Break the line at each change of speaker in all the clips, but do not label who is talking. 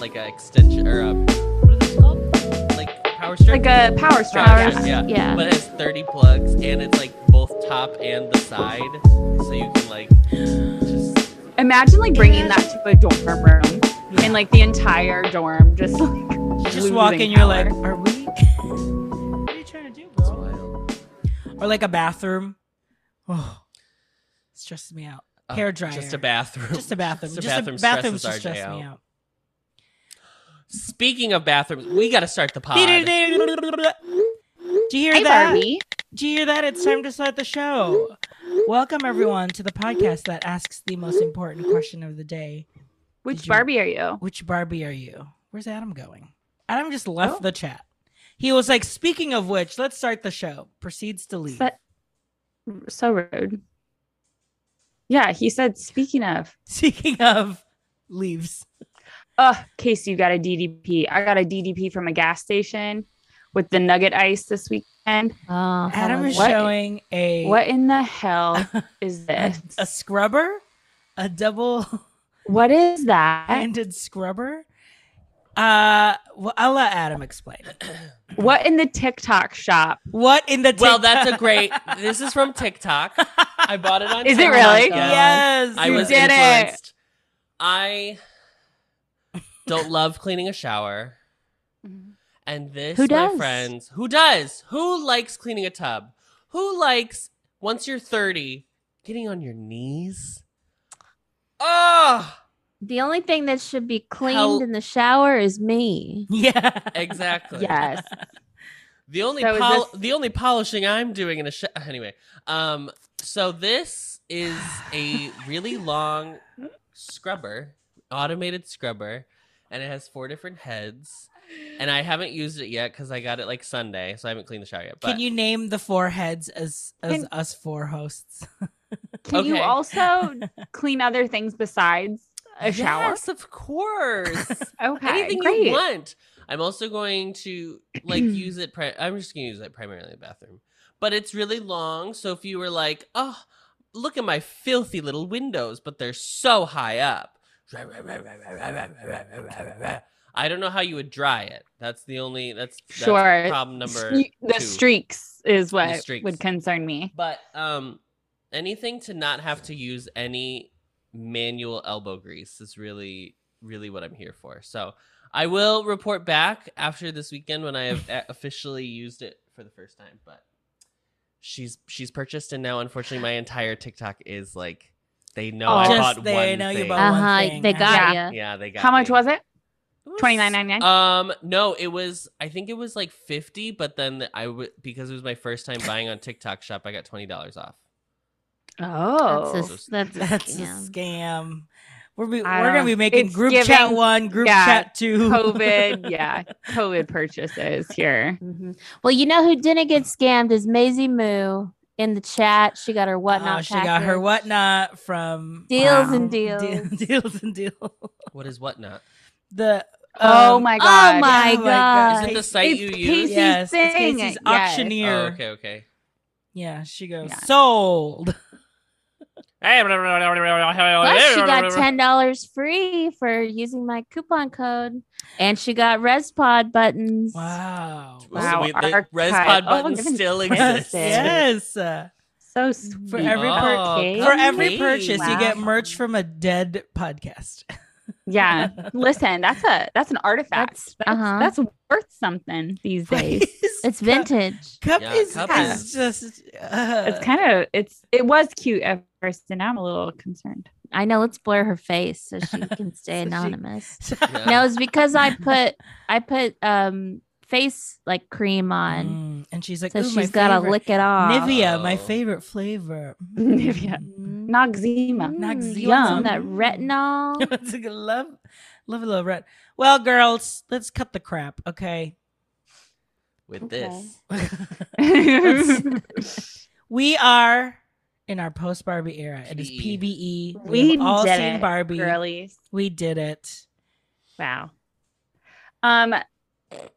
like a extension or a what are those called? Like power strip.
Like a power strip.
Oh,
Power
Power-
strip, yeah.
yeah.
But it has 30 plugs and it's like both top and the side, so you can like just
Imagine like bringing that to a dorm room and like the entire dorm just like
You just
losing
walk in, you're like,
power.
are we? what are you trying to do,
it's
bro?
wild.
Or like a bathroom. Oh, it stresses me out.
Oh,
Hair dryer.
Just a bathroom.
Just a bathroom.
Just a bathroom
bathrooms
stresses
just
our day
stress me out.
Speaking of bathrooms, we got to start the pod.
Do you hear
Hi,
that?
Barbie.
Do you hear that? It's time to start the show. Welcome everyone to the podcast that asks the most important question of the day:
Which
Did you-
Barbie are you?
Which Barbie are you? Where's Adam going? Adam just left the chat. He was like, "Speaking of which, let's start the show." Proceeds to leave.
But- So rude. Yeah, he said. Speaking of,
Speaking of leaves,
uh, Casey, you got a DDP. I got a DDP from a gas station with the Nugget Ice this weekend.
Oh,
Adam is
Uh-huh. what-
showing a
What in the hell is this?
a scrubber, a double
What is that?
handed scrubber. Uh, well, I'll let Adam explain.
What in the TikTok shop?
What in the
Well,
TikTok-
that's a great. This is from TikTok. I bought it on.
Is it
TikTok.
really?
Yeah.
yes,
I
You
was
did it.
influenced. I don't love cleaning a shower. And this,
Who
my
does?
friends, who does? Who likes cleaning a tub? Who likes, once you're 30, getting on your knees? Ah,
The only thing that should be cleaned
Hell-
in the shower is me.
yeah,
exactly.
Yes.
The only
So is
pol-
this-
the only polishing I'm doing in a shower. Anyway, um, so this is a really long scrubber, automated scrubber, and it has four different heads. And I haven't used it yet because I got it like Sunday, so I haven't cleaned the shower yet. But
Can you name the four heads as as
Can-
us four hosts?
Can you
Okay.
also clean other things besides a shower?
Yes, of course.
Okay,
Anything
great.
you want. I'm also going to like use it. Pri- I'm just going to use it primarily in the bathroom, but it's really long. So if you were like, oh, look at my filthy little windows, but they're so high up. I don't know how you would dry it. That's the only. That's, that's
Sure.
Problem number.
Stre- the
two.
streaks is what
streaks.
would concern me.
But um, anything to not have to use any manual elbow grease is really, really what I'm here for. So I will report back after this weekend when I have a- officially used it for the first time. But she's she's purchased, and now unfortunately, my entire TikTok is like they know I
Oh.
Just
bought
they
one
know you
thing.
bought-
Uh
Oh, one
huh.
thing.
They got
Yeah.
ya.
Yeah, they got
How much
me.
was it?
It was-
Twenty nine ninety nine.
um no it was i think it was like 50 but then the- i w- because it was my first time buying on tiktok shop i got $20 off
Oh,
That's a, s- that's a
That's a
scam.
scam. We're be,
I
we're gonna
don't-
be making
it's
group chat
giving-
one, group
yeah,
chat two.
COVID. Yeah, COVID purchases here.
Mhm. Well, you know who didn't get scammed is Maisie Moo in the chat. She got her whatnot.
Oh, she got her
package.
whatnot from
Deals
and
Deal-
deals.
deals and deals.
what is whatnot
The
Oh
um,
my
Oh
god. uh,
my
Is it the site
It's
you
Casey's
use?
yes, it's
thing.
Casey's
Yes.
Oh,
auctioneer.
okay, okay.
Yeah, she goes
Yeah.
sold.
Oh,
Plus, she got ten dollars free for using my coupon code, and she got ResPod buttons.
Wow.
Wow,
Wait, the
archive.
ResPod
Oh,
button
goodness
still
Yes.
exists.
yes. uh,
So sweet.
For every per-
Oh,
For every
Please.
purchase, you get
Wow.
merch from a dead podcast.
yeah. Listen, that's a that's an artifact.
That's-
That's,
uh-huh.
that's worth something these days.
It's vintage.
Cup,
Yeah,
is,
cup
is
is-
just. Uh,
it's kind of it's it was cute at first, and now I'm a little concerned.
I know. Let's blur her face so she can stay
So she-
anonymous.
Yeah.
No, it's because I put I put um face like cream on,
Mm, and she's like,
so
"Ooh, my
she's got to
favorite-
lick it off.
Nivea, my
Oh.
favorite flavor. Mm.
Nivea.
Mhm.
Noxema.
Noxema.
Mm, you want some
Yum.
of that retinol?
it's like, I love, love, love red. Well, girls, let's cut the crap, okay?
With
Okay.
this.
we are in our post Barbie era. It is
P.
PBE.
We
have all
did
seen
it,
Barbie.
Girlies.
We did it.
Wow. Um,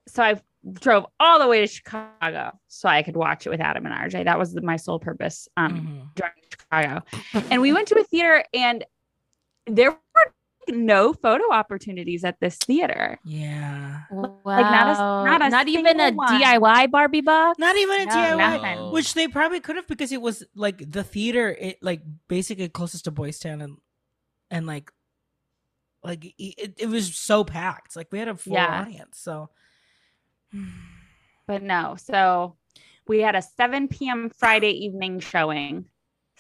so I drove all the way to Chicago so I could watch it with Adam and RJ. That was my sole purpose. Um,
Mhm.
driving to Chicago, and we went to a theater, and there were no photo opportunities at this theator.
Yeah.
Wow.
not a- not a
even a
single one.
DIY Barbie box.
Not even a
No,
DIY.
nothing.
Oh.
Which they probably could have because it was like the theater, it like basically closest to Boys Town and and like like i- it, it was so packed. Like we had a full
Yeah.
audience. So
But no, so we had a 7 p.m. Friday evening showing.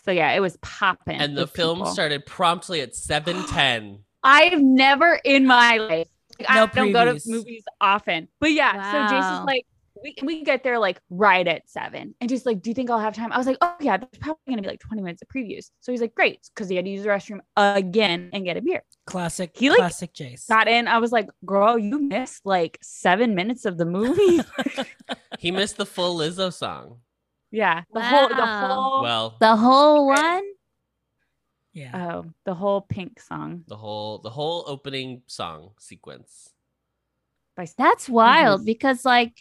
So yeah, it was popping.
And the
with
film
people.
started promptly at 7:10.
I've never in my life. Like,
No
I don't go to
previews.
movies often, but yeah. So
Wow.
Jason's like, we we get there like right at seven, and just like, do you think I'll have time? I was like, oh yeah, there's probably gonna be like 20 minutes of previews. So he's like, great, because he had to use the restroom again and get a beer.
classic
He, like,
classic Jace.
Got in. I was like, girl, you missed like seven minutes of the movie.
He missed the full Lizzo song.
yeah, the whole the
Wow.
whole
Well,
The whole one.
yeah.
oh the whole Pink song
the whole the whole opening song sequence.
by
That's
Mm-hmm.
wild because like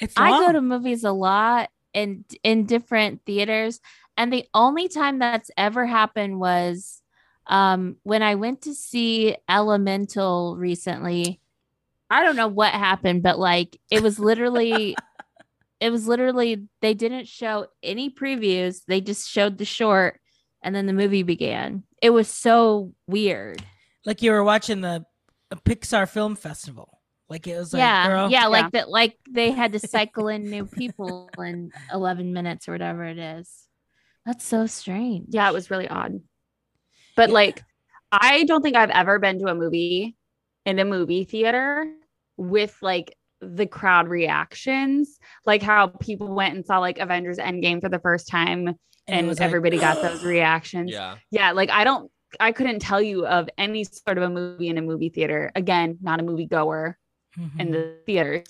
It's
I go
long.
to movies a lot and in different theaters. And the only time that's ever happened was um, when I went to see Elemental recently. I don't know what happened, but like it was literally, it was literally, they didn't show any previews. They just showed the short and then the movie began. It was so weird.
like you were watching the uh, Pixar Film Festival. Like it was like
yeah.
girl,
yeah. Like that, like they had to cycle in new people in 11 minutes or whatever it is. That's so strange.
Yeah, it was really odd. But
Yeah.
like, I don't think I've ever been to a movie in a movie theater with like the crowd reactions, like how people went and saw like Avengers Endgame for the first time and,
it was like,
everybody got those reactions. Yeah.
Yeah.
like I don't, I couldn't tell you of any sort of a movie in a movie theater. Again, not a movie goer
Mhm.
in the theaters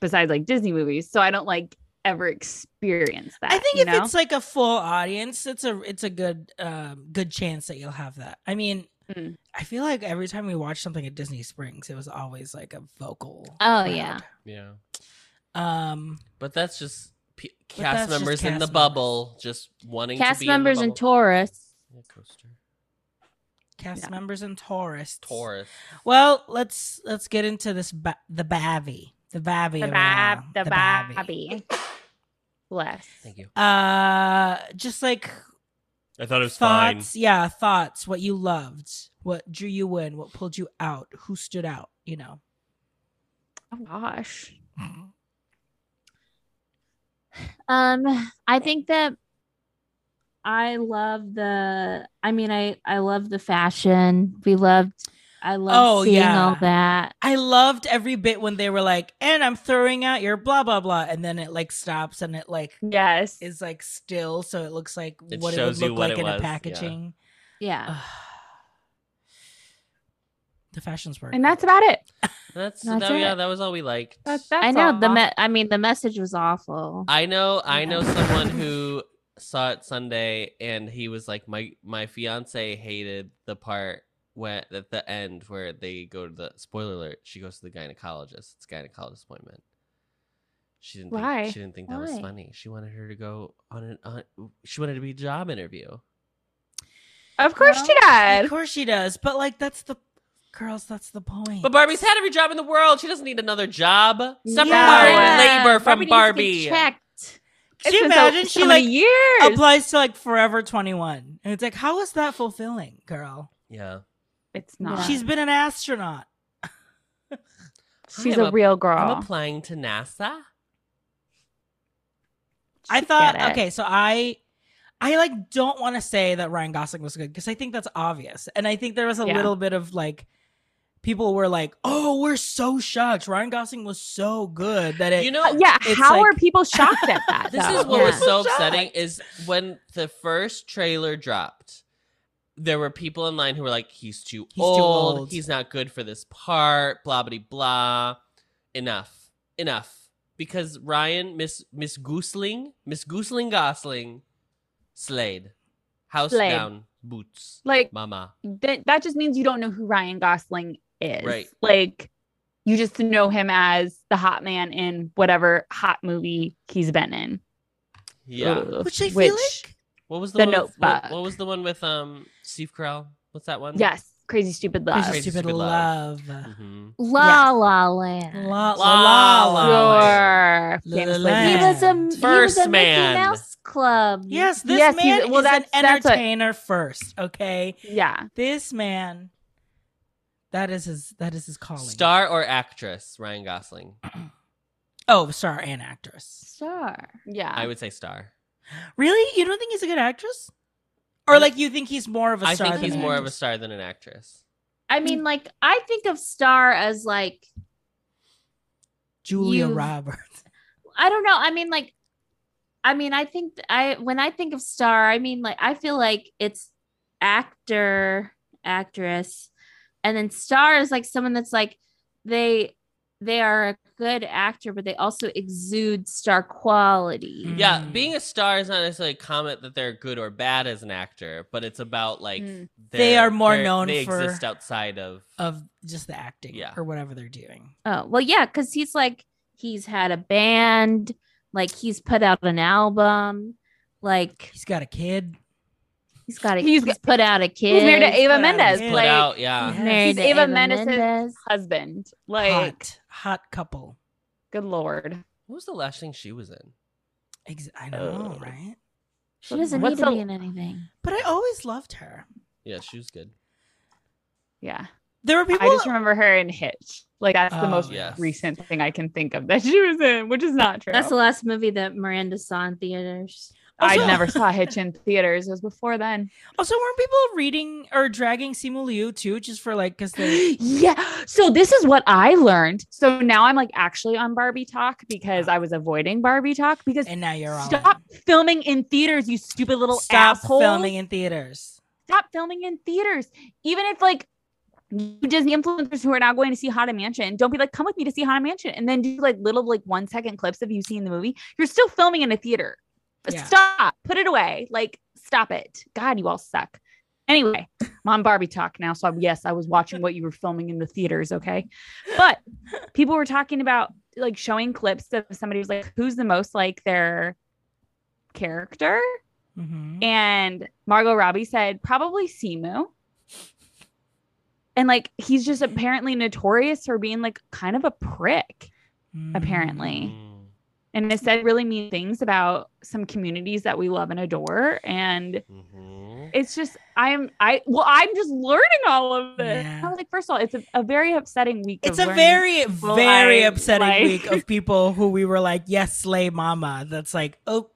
besides like Disney movies. So I don't like ever experience that.
I think
you
if
know?
it's like a full audience, it's a it's a good um, good chance that you'll have that. I mean,
Mm.
I feel like every time we watched something at Disney Springs, it was always like a vocal.
Oh, yeah.
Yeah.
crowd. Um.
But that's just p- cast
that's just
members in
cast
the
members.
bubble just wanting
Cast
to be
members
in
and
the bubble.
tourists.
Yeah, coaster.
Cast
Yeah.
members and tourists.
Taurus.
Well, let's let's get into this. Ba- the Bavy. The Bavy.
the
of it
bab,
all.
the,
Bavy.
babby. Bless.
Thank you.
Uh, just like
I thought it was
thoughts. Yeah, thoughts. What you loved. What drew you in. What pulled you out. Who stood out. You know.
Oh gosh.
Mm-hmm.
Um, I think that I love the. I mean, I I love the fashion. We loved. I love
Oh,
seeing all
yeah.
that.
I loved every bit when they were like, and I'm throwing out your blah blah blah, and then it like stops and it like
Yes.
is like still, so it looks like
It
what it would
shows you
look
what
like
it
in
was,
a
yeah.
packaging. Uh,
Yeah,
the fashions were,
and that's about it.
That's,
That's
that, yeah,
it.
that was all we liked.
That's that's
I know the.
all.
Me- I mean, the message was awful.
I know I know
Yeah.
someone who saw it Sunday and he was like my my fiance hated the part when at the end where they go to the spoiler alert she goes to the gynecologist it's gynecologist appointment she didn't
Why?
Think, she didn't think that was
Why?
funny she wanted her to go on an on, she wanted to be a job interview
Of course she
of
did.
course she does, but like that's the girls, that's the point.
but Barbie's had every job in the world she doesn't need another job separate
Yeah.
labor from
Barbie needs
Barbie,
to get checked.
Can
It's
you
been
imagine
so,
she
so many
like
years.
applies to like Forever 21, and it's like, how is that fulfilling, girl?
yeah
it's not.
Yeah.
She's been an astronaut.
she's
I'm
a,
a-
real girl.
I'm applying to NASA
I
She
thought
get it.
okay, so I I like don't want to say that Ryan Gosling was good because I think that's obvious. And I think there was a
Yeah.
little bit of like people were like, "Oh, we're so shocked. Ryan Gosling was so good that it
you
Uh,
know
yeah,
it's
how
like-
are people shocked at that?
This
though?
is what
Yeah.
was so
Shocked.
upsetting is when the first trailer dropped, there were people in line who were like, he's too,
too
old.
old."
he's not good for this part, blah blah blah. Enough. Enough. Because Ryan, Miss Miss Goosling, Miss Goosling Gosling, slayed. House
Slayed.
down, boots,
like
mama.
th- that just means you don't know who Ryan Gosling is.
Right.
Like you just know him as the hot man in whatever hot movie he's been in.
Yeah.
Ugh.
which I feel
Which-
like
What was the,
The
one with- what-
Notebook.
What, was the one with um Steve Carell? What's that one?
Yes. Crazy Stupid Love.
Crazy Stupid
Stupid
Love.
Love. Mhm.
La La Land.
La la
La La
la.
Land.
la.
Sure.
La
Famous
La
Lizzie.
He was a he was
First
a
man.
Mickey Mouse Club.
Yes, this
Yes, he's-
man
well,
is an
that's- that's what-
entertainer first. Okay,
Yeah.
this man. That is his. That is his calling.
Star or actress? Ryan Gosling.
Oh, star and actress.
Star.
Yeah.
I would say star.
Really? You don't think he's a good actress? Or like you think he's more of a
I
star?
think he's
than
more of a
actress?
star than an actress.
I mean,
Mm.
like I think of Star as like
Julia
You've-
Roberts.
I don't know. I mean, like, I mean, I think th- I when I think of star, I mean, like, I feel like it's actor, actress, and then star is like someone that's like they they are a good actor, but they also exude star quality.
Mm.
Yeah,
Mm.
being a star is not necessarily a comment that they're good or bad as an actor, but it's about like
Mm.
their-
They are more
their-
known
they
for-
exist outside of.
Of just the acting,
Yeah.
or whatever they're doing.
Oh well, yeah, because he's like he's had a band, like he's put out an album, like
He's got a kid.
he's got a
He's
he's,
got-
put out a kid.
He's married to Ava
Put
Mendes,
out.
Put
like
out, yeah.
Yes.
married
He's
to
Ava
Ava,
Mendes'
Mendes.
husband. Like,
hot, hot couple.
good lord.
What was the last thing she was in?
Ex- I know,
Oh.
right?
She doesn't
What's
need to
the-
be in anything.
But I always loved her.
Yeah, she was good.
Yeah.
There were people.
I just remember her in Hitch. Like that's the
Oh,
most
yes.
recent thing I can think of that she was in, which is not true.
That's the last movie that Miranda saw in theaters.
I
Also-
never saw Hitch in theaters. It was before then.
Also, weren't people reading or dragging Simu Liu too, just for like, because they.
yeah. So this is what I learned. So now I'm like actually on Barbie talk because I was avoiding Barbie talk because
And now you're on.
stop filming in theaters, you stupid little
Stop
asshole.
filming in theaters.
Stop filming in theaters. Even if like you Disney influencers who are now going to see Haunted Mansion, don't be like, come with me to see Haunted Mansion, and then do like little like one second clips of you seeing the movie. You're still filming in a theater.
Yeah.
Stop. Put it away. Like, stop it. God, you all suck. Anyway, I'm on Barbie talk now. So I, yes, I was watching what you were filming in the theaters. Okay, but people were talking about like showing clips of somebody who's like, who's the most like their character,
Mhm.
and Margot Robbie said, probably Simu. And like, he's just apparently notorious for being like kind of a prick,
Mm-hmm.
apparently.
Mm,
And has said really mean things about some communities that we love and adore. And
mhm.
it's just, I'm, I, well, I'm just learning all of this.
Yeah.
I was like, first of all, it's a, a very upsetting week.
It's
of
a
learning.
very,
Well,
very
I,
upsetting
like-
week of people who we were like, yes, slay mama. That's like, oh,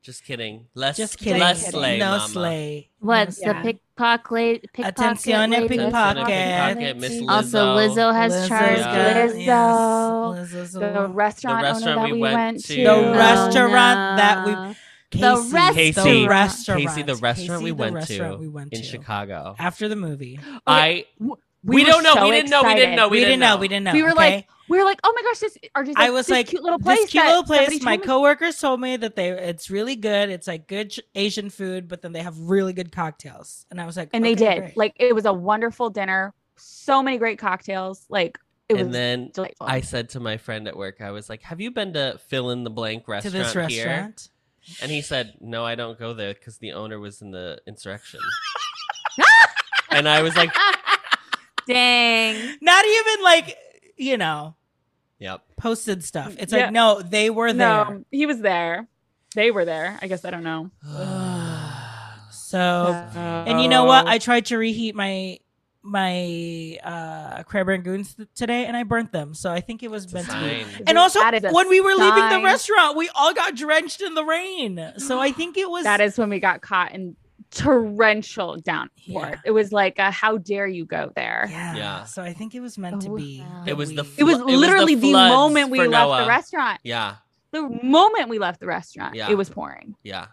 Just kidding. Less,
just kidding.
Less
kidding.
slay,
no
mama.
slay.
What's
Yeah.
the pickpocket? pickpocket
Attenzione,
lady?
pickpocket.
Pickpocket, Miss
Also, Lizzo has
Lizzo's
charge.
got-
good.
Lizzo.
Yes. Lizzo's a
The
The
restaurant,
lot.
restaurant
owner that
we
we,
went
went,
to.
to.
The
Oh,
restaurant that we-
no.
Casey,
restaurant.
Casey.
restaurant.
Casey, the restaurant we
Casey, the
went
restaurant
to
we went
in
to.
Chicago.
after the movie.
I we,
were
don't know.
so
we didn't know. We didn't
excited.
know.
We, didn't know. We didn't know.
We were
okay?
like, we were like, oh my gosh, this are just
I was
this
like,
cute little place.
This cute
that
little place.
somebody
My
told me-
coworkers told me that they it's really good. It's like good Ch- Asian food, but then they have really good cocktails. And I was like,
and they
okay,
did.
great.
Like it was a wonderful dinner. So many great cocktails. Like it was
and then
delightful.
I said to my friend at work, I was like, "Have you been to fill in the blank
to
restaurant,
this
here?"
restaurant.
And he said, "No, I don't go there because the owner was in the insurrection." and I was like,
Dang.
Not even like you know
"Yep."
posted stuff. It's
Yeah.
like no, they were there.
no, he was there. They were there. I guess I don't know.
So
Oh. and
and you know
Oh.
what? I tried to reheat my my uh crab rangoons th- today, and I burnt them. So I think it was meant to be. And also,
That is a
when we were leaving the
sign.
restaurant, we all got drenched in the rain. So I think it was
that is when we got caught in torrential downpour.
Yeah.
It was like a how dare you go there.
Yeah.
Yeah.
So I think it was meant to
Oh,
be.
wow.
that
It was the
we-
It was
It was the
literally the,
floods
moment we
for
left
Noah.
the restaurant.
yeah,
The moment we left the restaurant,
Yeah.
it was pouring.
yeah.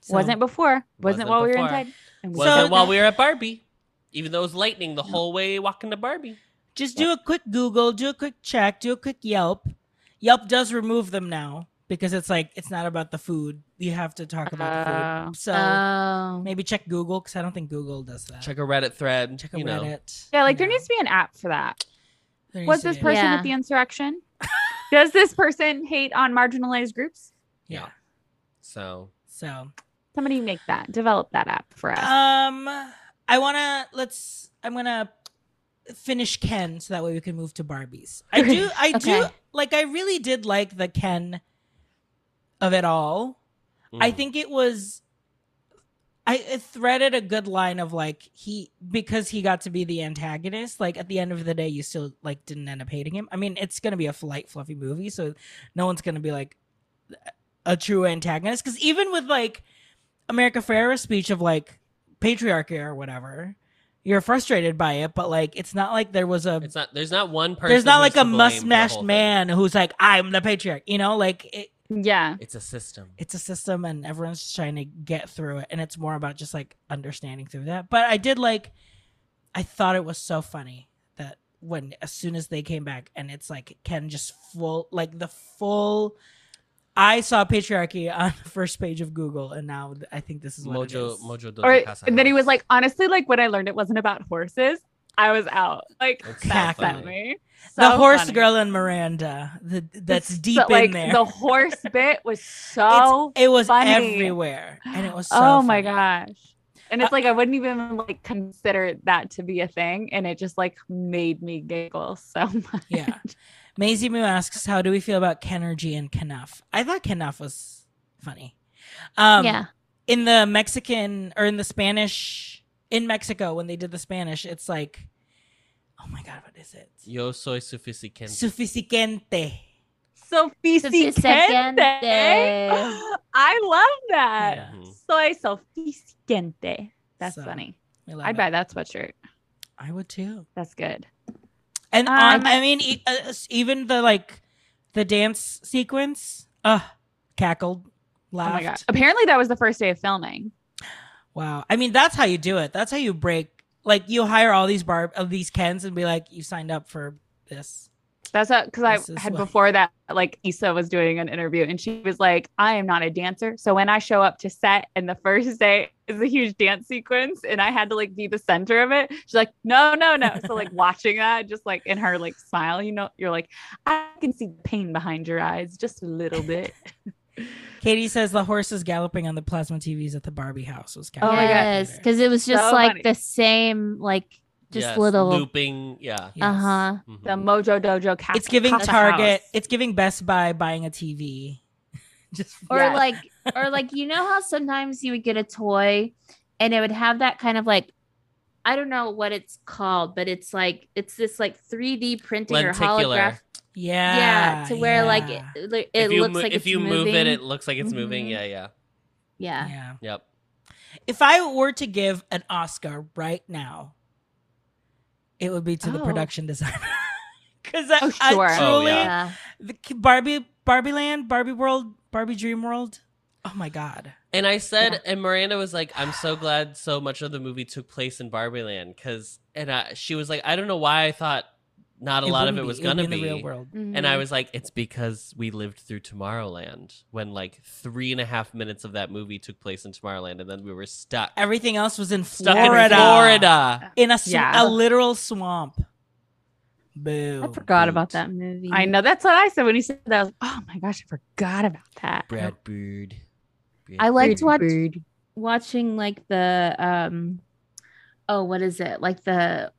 so-
wasn't before. Wasn't,
Wasn't
while we were
before.
inside. And we
Wasn't
did
while
that.
we were at Barbie, even though it was lightning the whole way walking to Barbie.
Just do a quick Google, do a quick check, do a quick Yelp. Yelp does remove them now because it's like it's not about the food. You have to talk
Uh,
about the food. So
oh.
maybe check Google because I don't think Google does that.
Check a Reddit thread.
Check a
you know.
Reddit.
Yeah, like there
No.
needs to be an app for that.
There
Was
needs to
this
be.
person
Yeah.
at the insurrection? Does this person hate on marginalized groups?
Yeah.
Yeah. So
So
Somebody make that, develop that app for us.
um I want to let's. I'm gonna finish Ken so that way we can move to Barbies. I do. I do.
Okay.
Like I really did like the Ken of it all. I
Mm.
think it was I it threaded a good line of like he because he got to be the antagonist, like at the end of the day you still like didn't end up hating him. I mean, it's going to be a light fluffy movie, so no one's going to be like a true antagonist cuz even with like America Ferrera's speech of like patriarchy or whatever, you're frustrated by it, but like it's not like there was a
it's not. There's not one person.
there's not
who's
like a
to blame for the
must-mashed
whole thing.
man who's like I'm the patriarch, you know? Like it,
Yeah.
It's a system.
it's a system and everyone's just trying to get through it and it's more about just like understanding through that but i did like i thought it was so funny that when as soon as they came back and it's like ken just full like the full i saw patriarchy on the first page of google and now th- i think this is what it
Mojo,
is.
Mojo. doesn't
Or
pass a
and then he
house.
was like, honestly, like when I learned it wasn't about horses, I was out. Like
That's so
that
funny.
sent me.
the
So
horse
funny.
girl and miranda the, that's
It's
deep
so-
in
like,
there
The horse bit was so.
it was
funny.
everywhere and it was so
oh my
funny.
gosh. And
Uh,
it's like I wouldn't even like consider that to be a thing, and it just like made me giggle so much.
Yeah. Maisie Moo asks, "How do we feel about Kenergy and Knuff?" I thought Knuff was funny. Um,
yeah.
In the Mexican or in the Spanish in Mexico when they did the Spanish, it's like, oh my god, what is it?
Yo soy suficiente.
Suficiente.
Sofisticente.
Sophisticated.
I love that.
Yeah.
Mm-hmm.
Soy sofisticente. That's
So,
funny.
We love
I'd
it.
buy that sweatshirt.
I would too.
That's good.
And
Um,
on, I mean, e- uh, s- even the like the dance sequence, uh, cackled,
Oh
laughed.
my god. Apparently that was the first day of filming.
Wow. I mean, that's how you do it. That's how you break. Like you hire all these barb of these Kens and be like, you signed up for this.
That's because
This
I
is
had
why-
before that, like Issa was doing an interview and she was like, I am not a dancer. So when I show up to set and the first day is a huge dance sequence and I had to like be the center of it, she's like, no, no, no. So like watching that, just like in her like smile, you know, you're like, I can see the pain behind your eyes just a little bit.
Katie says the horses galloping on the plasma TVs at the Barbie house was
Oh my God.
yes, because it was just
So
like
funny.
the same, like just
Yes,
little.
looping. Yeah.
Yes.
Uh huh.
Mhm.
the Mojo Dojo Cap.
Mm-hmm. It's giving
Kappa
Target.
House.
It's giving Best Buy buying a TV. Just
Or
Yes.
like, or like, you know how sometimes you would get a toy, and it would have that kind of like, I don't know what it's called, but it's like it's this like 3D printing or
Lenticular.
holograph.
yeah,
Yeah, to where like it,
Ah, yeah,
it
if you
looks
mo-
like
if
it's
you move
moving.
it, it looks like it's moving.
Mhm.
Yeah. Yeah.
yeah.
yeah.
Yep.
If I were to give an Oscar right now, it would be to the
Oh.
production designer. Because
Oh,
I,
sure.
I
Oh,
truly,
yeah.
Yeah.
the k- Barbie Barbie Land, Barbie World, Barbie Dream World. Oh my god.
And I said, and Miranda was like, "I'm so glad so much of the movie took place in Barbie Land." Because, and I, she was like, "I don't know why I thought not a lot of it
wouldn't
was
be- would
gonna
in
be."
the real world.
Mm-hmm.
And I was like, "It's because we lived through Tomorrowland when like three and a half minutes of that movie took place in Tomorrowland, and then we were stuck,
Everything else was in
stuck
Florida.
in Florida."
In a, sw-
Yeah.
a literal swamp. Boo.
I forgot
Boot.
about that movie.
I know that's what I said when he said that. I was like, oh my gosh, I forgot about that.
Brad Bird. Brad
I liked
Bird.
what watching like the um oh what is it like the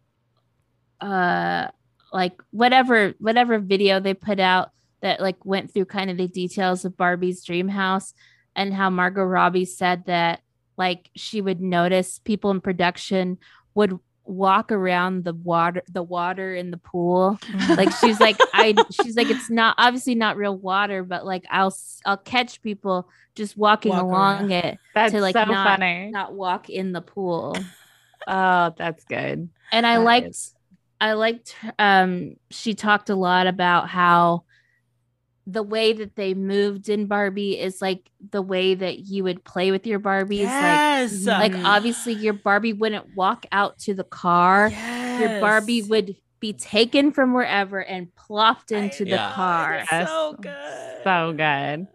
uh like whatever whatever video they put out that like went through kind of the details of Barbie's dream house and how Margot Robbie said that like she would notice people in production would walk around the water the water in the pool like she's like i she's like it's not obviously not real water but like i'll s- i'll catch people just walking
Walk
along
around.
it
That's
like,
so
not-
funny.
not walk in the pool Uh,
Oh, that's good.
and i
That
liked
is-
i liked um she talked a lot about how the way that they moved in barbie is like the way that you would play with your barbies
yes.
like like obviously your barbie wouldn't walk out to the car your barbie
Yes.
would be taken from wherever and plopped into the
Yeah.
car
It's
Yes.
So good.
So good.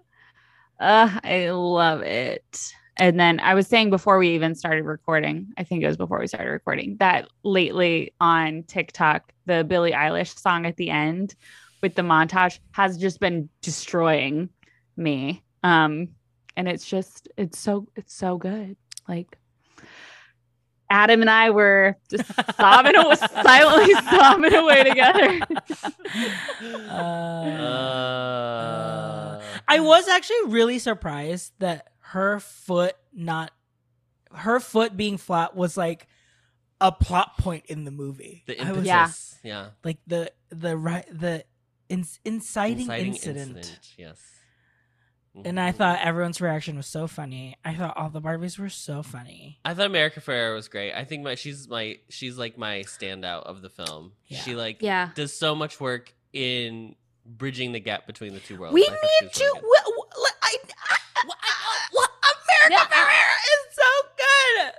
Uh, I love it. And then I was saying before we even started recording, I think it was before we started recording, that lately on TikTok, the Billie Eilish song at the end with the montage has just been destroying me. Um, and it's just it's so it's so good. Like Adam and I were just sobbing, away, silently sobbing away together.
Uh,
Uh,
I was actually really surprised that her foot not her foot being flat was like a plot point in the movie.
the
I was
impetus.
Yeah.
yeah.
like the the right the in, inciting, incident.
Yes.
And I
Mhm.
thought everyone's reaction was so funny. I thought all the Barbies were so funny.
I thought America Ferrera was great. I think my she's my she's like my standout of the film.
Yeah.
She like
Yeah.
does so much work in bridging the gap between the two worlds.
we
I thought she
need
was
to.
really good.
wh- wh- like, I, I, I- what- America
Yeah, I-
Ferrera is so good.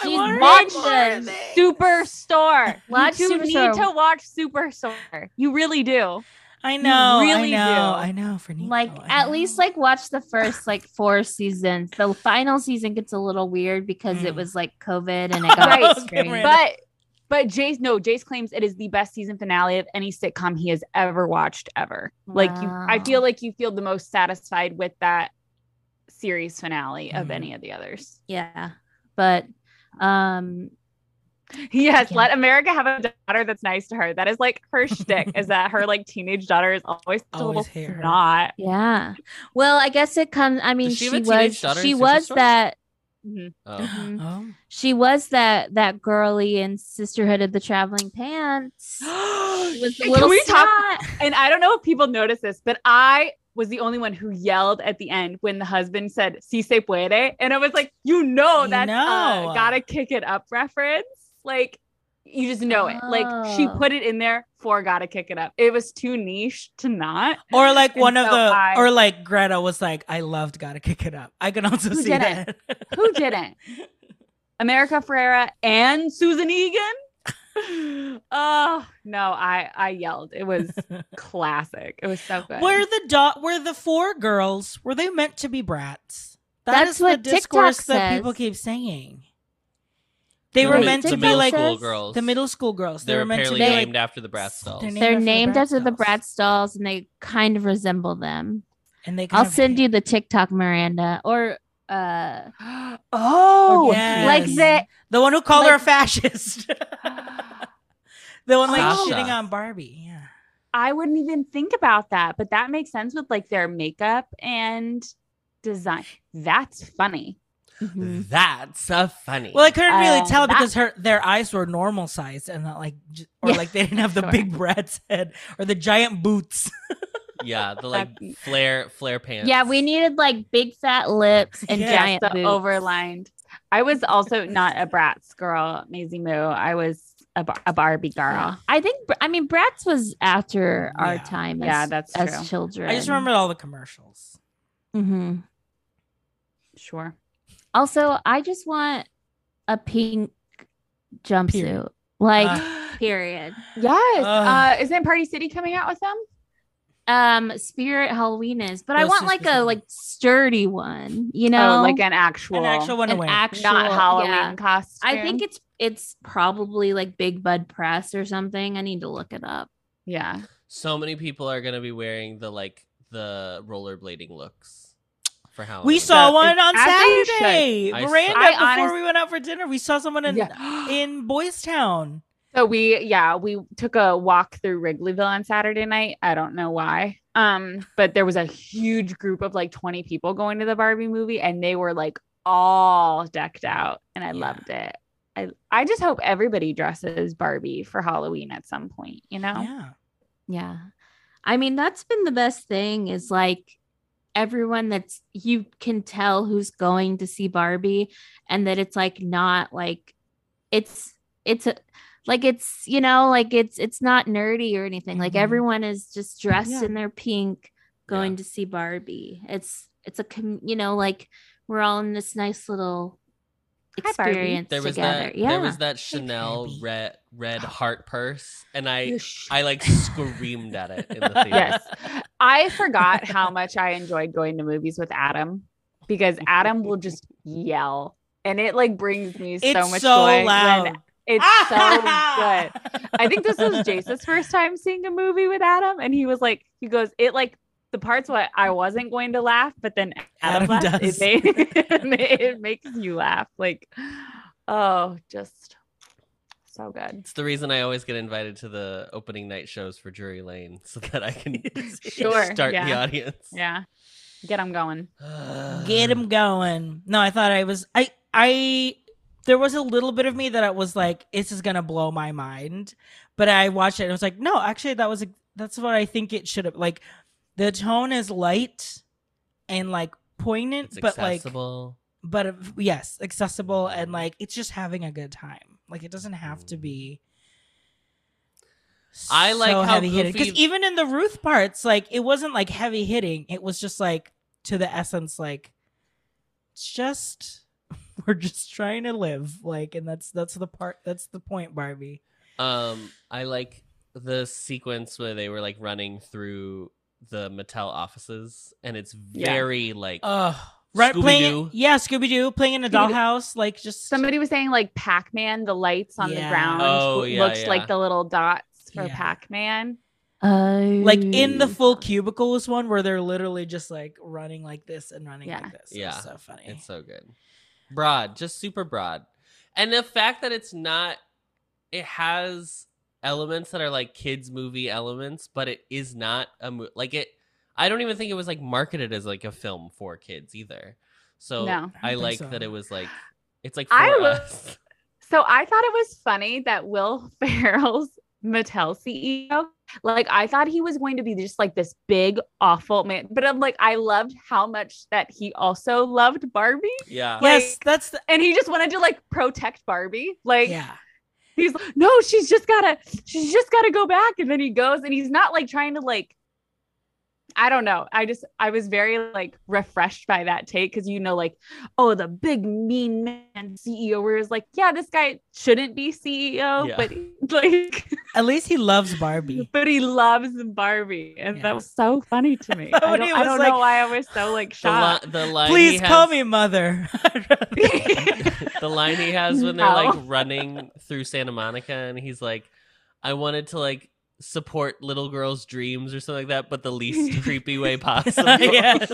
I
She's
want her in
watch
more
the
things.
Superstore.
Watch
you two
Superstore.
need to watch Superstore. You really do.
I know.
really
I know.
do.
I know. For Nico,
like
I
at
know.
least like watch the first like four seasons the final season gets a little weird because it
Mm.
was like covid and it got
Right.
extreme.
Cameron.
But but Jace no, Jace claims it is the best season finale of any sitcom he has ever watched ever. Like you I
Wow.
feel like you feel the most satisfied with that series finale of
Mm-hmm.
Mhm.
any of the others.
yeah but um
Yes,
Yeah.
let America have a daughter that's nice to her. That is like her shtick. Is that her like teenage daughter is always, a
Always
little
hate her.
snot.
yeah well i guess it comes i mean
Does she have
she,
a teenage
was
daughter
she
in
was
Superstore?
that
Mhm.
Oh.
she was that that girly in sisterhood of the traveling pants
Oh.
She was a
Can
little
we talk-
snot.
And I don't know if people notice this, but I was the only one who yelled at the end when the husband said "si se puede," and I was like, "You know,
You
that's
know.
Uh, gotta kick it up reference. Like, you just know it. Like she
Oh.
put it in there for gotta kick it up. It was too niche to not.
Or like
And
one of
so
the,
I-
or like Greta was like, "I loved, gotta kick it up." I can also
Who
see
did
that.
Who didn't? America Ferrera and Susan Egan. oh no, I I yelled. It was classic. It was so good.
Were the dot? Were the four girls? Were they meant to be brats? That
That's
is
what
the
TikTok
discourse that
says.
people keep saying. They were
Wait,
meant to
the
be
middle
like
school
says-
girls.
the middle school girls. They
They're
were meant to
apparently
be
they-
like
named after the Bratz dolls.
They're named
they're
after the
named
Bratz
after the
dolls.
brat dolls and they kind of resemble them
and they.
I'll send you the TikTok Miranda or uh
oh,
Yes.
like the
the one who called her a
like-
fascist. the one like
Sasha.
shitting on Barbie. Yeah.
I wouldn't even think about that, but that makes sense with like their makeup and design. That's funny. Mm-hmm.
mhm.
That's a funny.
Well, I couldn't really
Uh,
tell
that-
because her their eyes were normal sized and not like, j- or
Yeah,
like they didn't have the
sure.
big brat's head or the giant boots.
yeah, the like
That-
flare flare pants.
Yeah, we needed like big fat lips and
Yeah.
giant
the
boots.
overlined. I was also not a Bratz girl, Maisie Moo. I was a, Bar- a Barbie
Yeah.
girl.
I think Br- I mean Bratz was after our
Yeah.
time as,
Yeah, that's
as
true.
children.
I just remembered all the commercials.
Mhm.
Sure.
Also, I just want a pink jumpsuit.
Period.
Like
Uh,
period.
Yes. Uh,
Ugh.
isn't Party City coming out with them?
Um Spirit Halloween is, but I
Those
want
are
like a
specific.
like sturdy one, you know?
oh, like an actual,
an actual one to
an
win.
actual
not Halloween
yeah.
costume.
I think it's it's probably like Big Bud Press or something. I need to look it up.
yeah.
so many people are gonna be wearing the like the rollerblading looks for Halloween.
we saw
So,
one on
as they should.
Saturday.
I saw-
Miranda,
I
before
honest-
we went out for dinner, we saw someone in
Yeah.
in Boys Town.
So we yeah, we took a walk through Wrigleyville on Saturday night. I don't know why. Um, but there was a huge group of like 20 people going to the Barbie movie and they were like all decked out and I
Yeah.
loved it. I I just hope everybody dresses Barbie for Halloween at some point, you know?
Yeah,
Yeah. I mean, that's been the best thing is like everyone that's you can tell who's going to see Barbie and that it's like not like it's it's a, like it's you know like it's it's not nerdy or anything. Like
Mhm.
everyone is just dressed
Yeah.
in their pink going
Yeah.
to see Barbie. It's it's a com- you know like we're all in this nice little
Hi, Barbie.
experience
there was
together.
that
yeah.
there was that Chanel
Abby.
red red
Oh.
heart purse, and I
You sh-
I like screamed at it in the theater.
Yes. I forgot how much I enjoyed going to movies with Adam because Adam will just yell and it like brings me
it's
so much joy. when
loud.
It's so good. I think this was Jace's first time seeing a movie with Adam, and he was like, he goes, it like the parts where I wasn't going to laugh, but then Adam,
Adam
laughed,
does.
It, made, it makes you laugh. Like, Oh, just so good.
It's the reason I always get invited to the opening night shows for Drury Lane so that I can
Sure,
start the
yeah.
audience.
Yeah. Get them going.
Get him going. No, I thought I was I I there was a little bit of me that I was like, this is gonna blow my mind. But I watched it and I was like, no, actually that was a, that's what I think it should have like the tone is light and like poignant,
It's
but like
accessible.
but uh, yes, accessible and like it's just having a good time. Like it doesn't have to be.
I like how
because
goofy-
even in the Ruth parts, like it wasn't like heavy hitting. It was just like to the essence, like it's just we're just trying to live, like, and that's that's the part that's the point, Barbie.
Um, I like the sequence where they were like running through the Mattel offices, and it's
Yeah.
very like
Oh, right, playing
Scooby-Doo.
yeah, Scooby Doo, playing in a
Scooby-Doo.
dollhouse, like just
Somebody was saying like Pac Man, the lights on
Yeah.
the ground
Oh,
w-
yeah,
looked
yeah.
like the little dots for
Yeah.
Pac Man.
Oh.
like in the full cubicles one where they're literally just like running like this and running
Yeah.
like this.
Yeah.
It's so funny.
it's so good, broad, just super broad, and the fact that it's not, it has elements that are like kids movie elements, but it is not a mo- like it. I don't even think it was like marketed as like a film for kids either. So
No.
I,
I don't
like
think so.
that it was like it's like for
I lo-
us.
So I thought it was funny that Will Ferrell's Mattel CEO, like I thought he was going to be just like this big awful man, but I'm like I loved how much that he also loved Barbie,
yeah.
yes, that's the
and he just wanted to like protect Barbie. Like
yeah.
he's like, no, she's just gotta, she's just gotta go back, and then he goes, and he's not like trying to like. I don't know. I just I was very like refreshed by that take because you know like oh the big mean man E CEO whereas like yeah this guy shouldn't be CEO
Yeah.
but like
At least he loves Barbie.
but he loves Barbie and
Yeah.
that was so funny to me. I
Somebody
don't, I
was
don't
like,
know why I was so like
The,
shocked.
li- the line he
Please call
has-
me mother.
the line he has when they're
No.
like running through Santa Monica and he's like, I wanted to like support little girls' dreams or something like that, but the least creepy way possible.
Yes.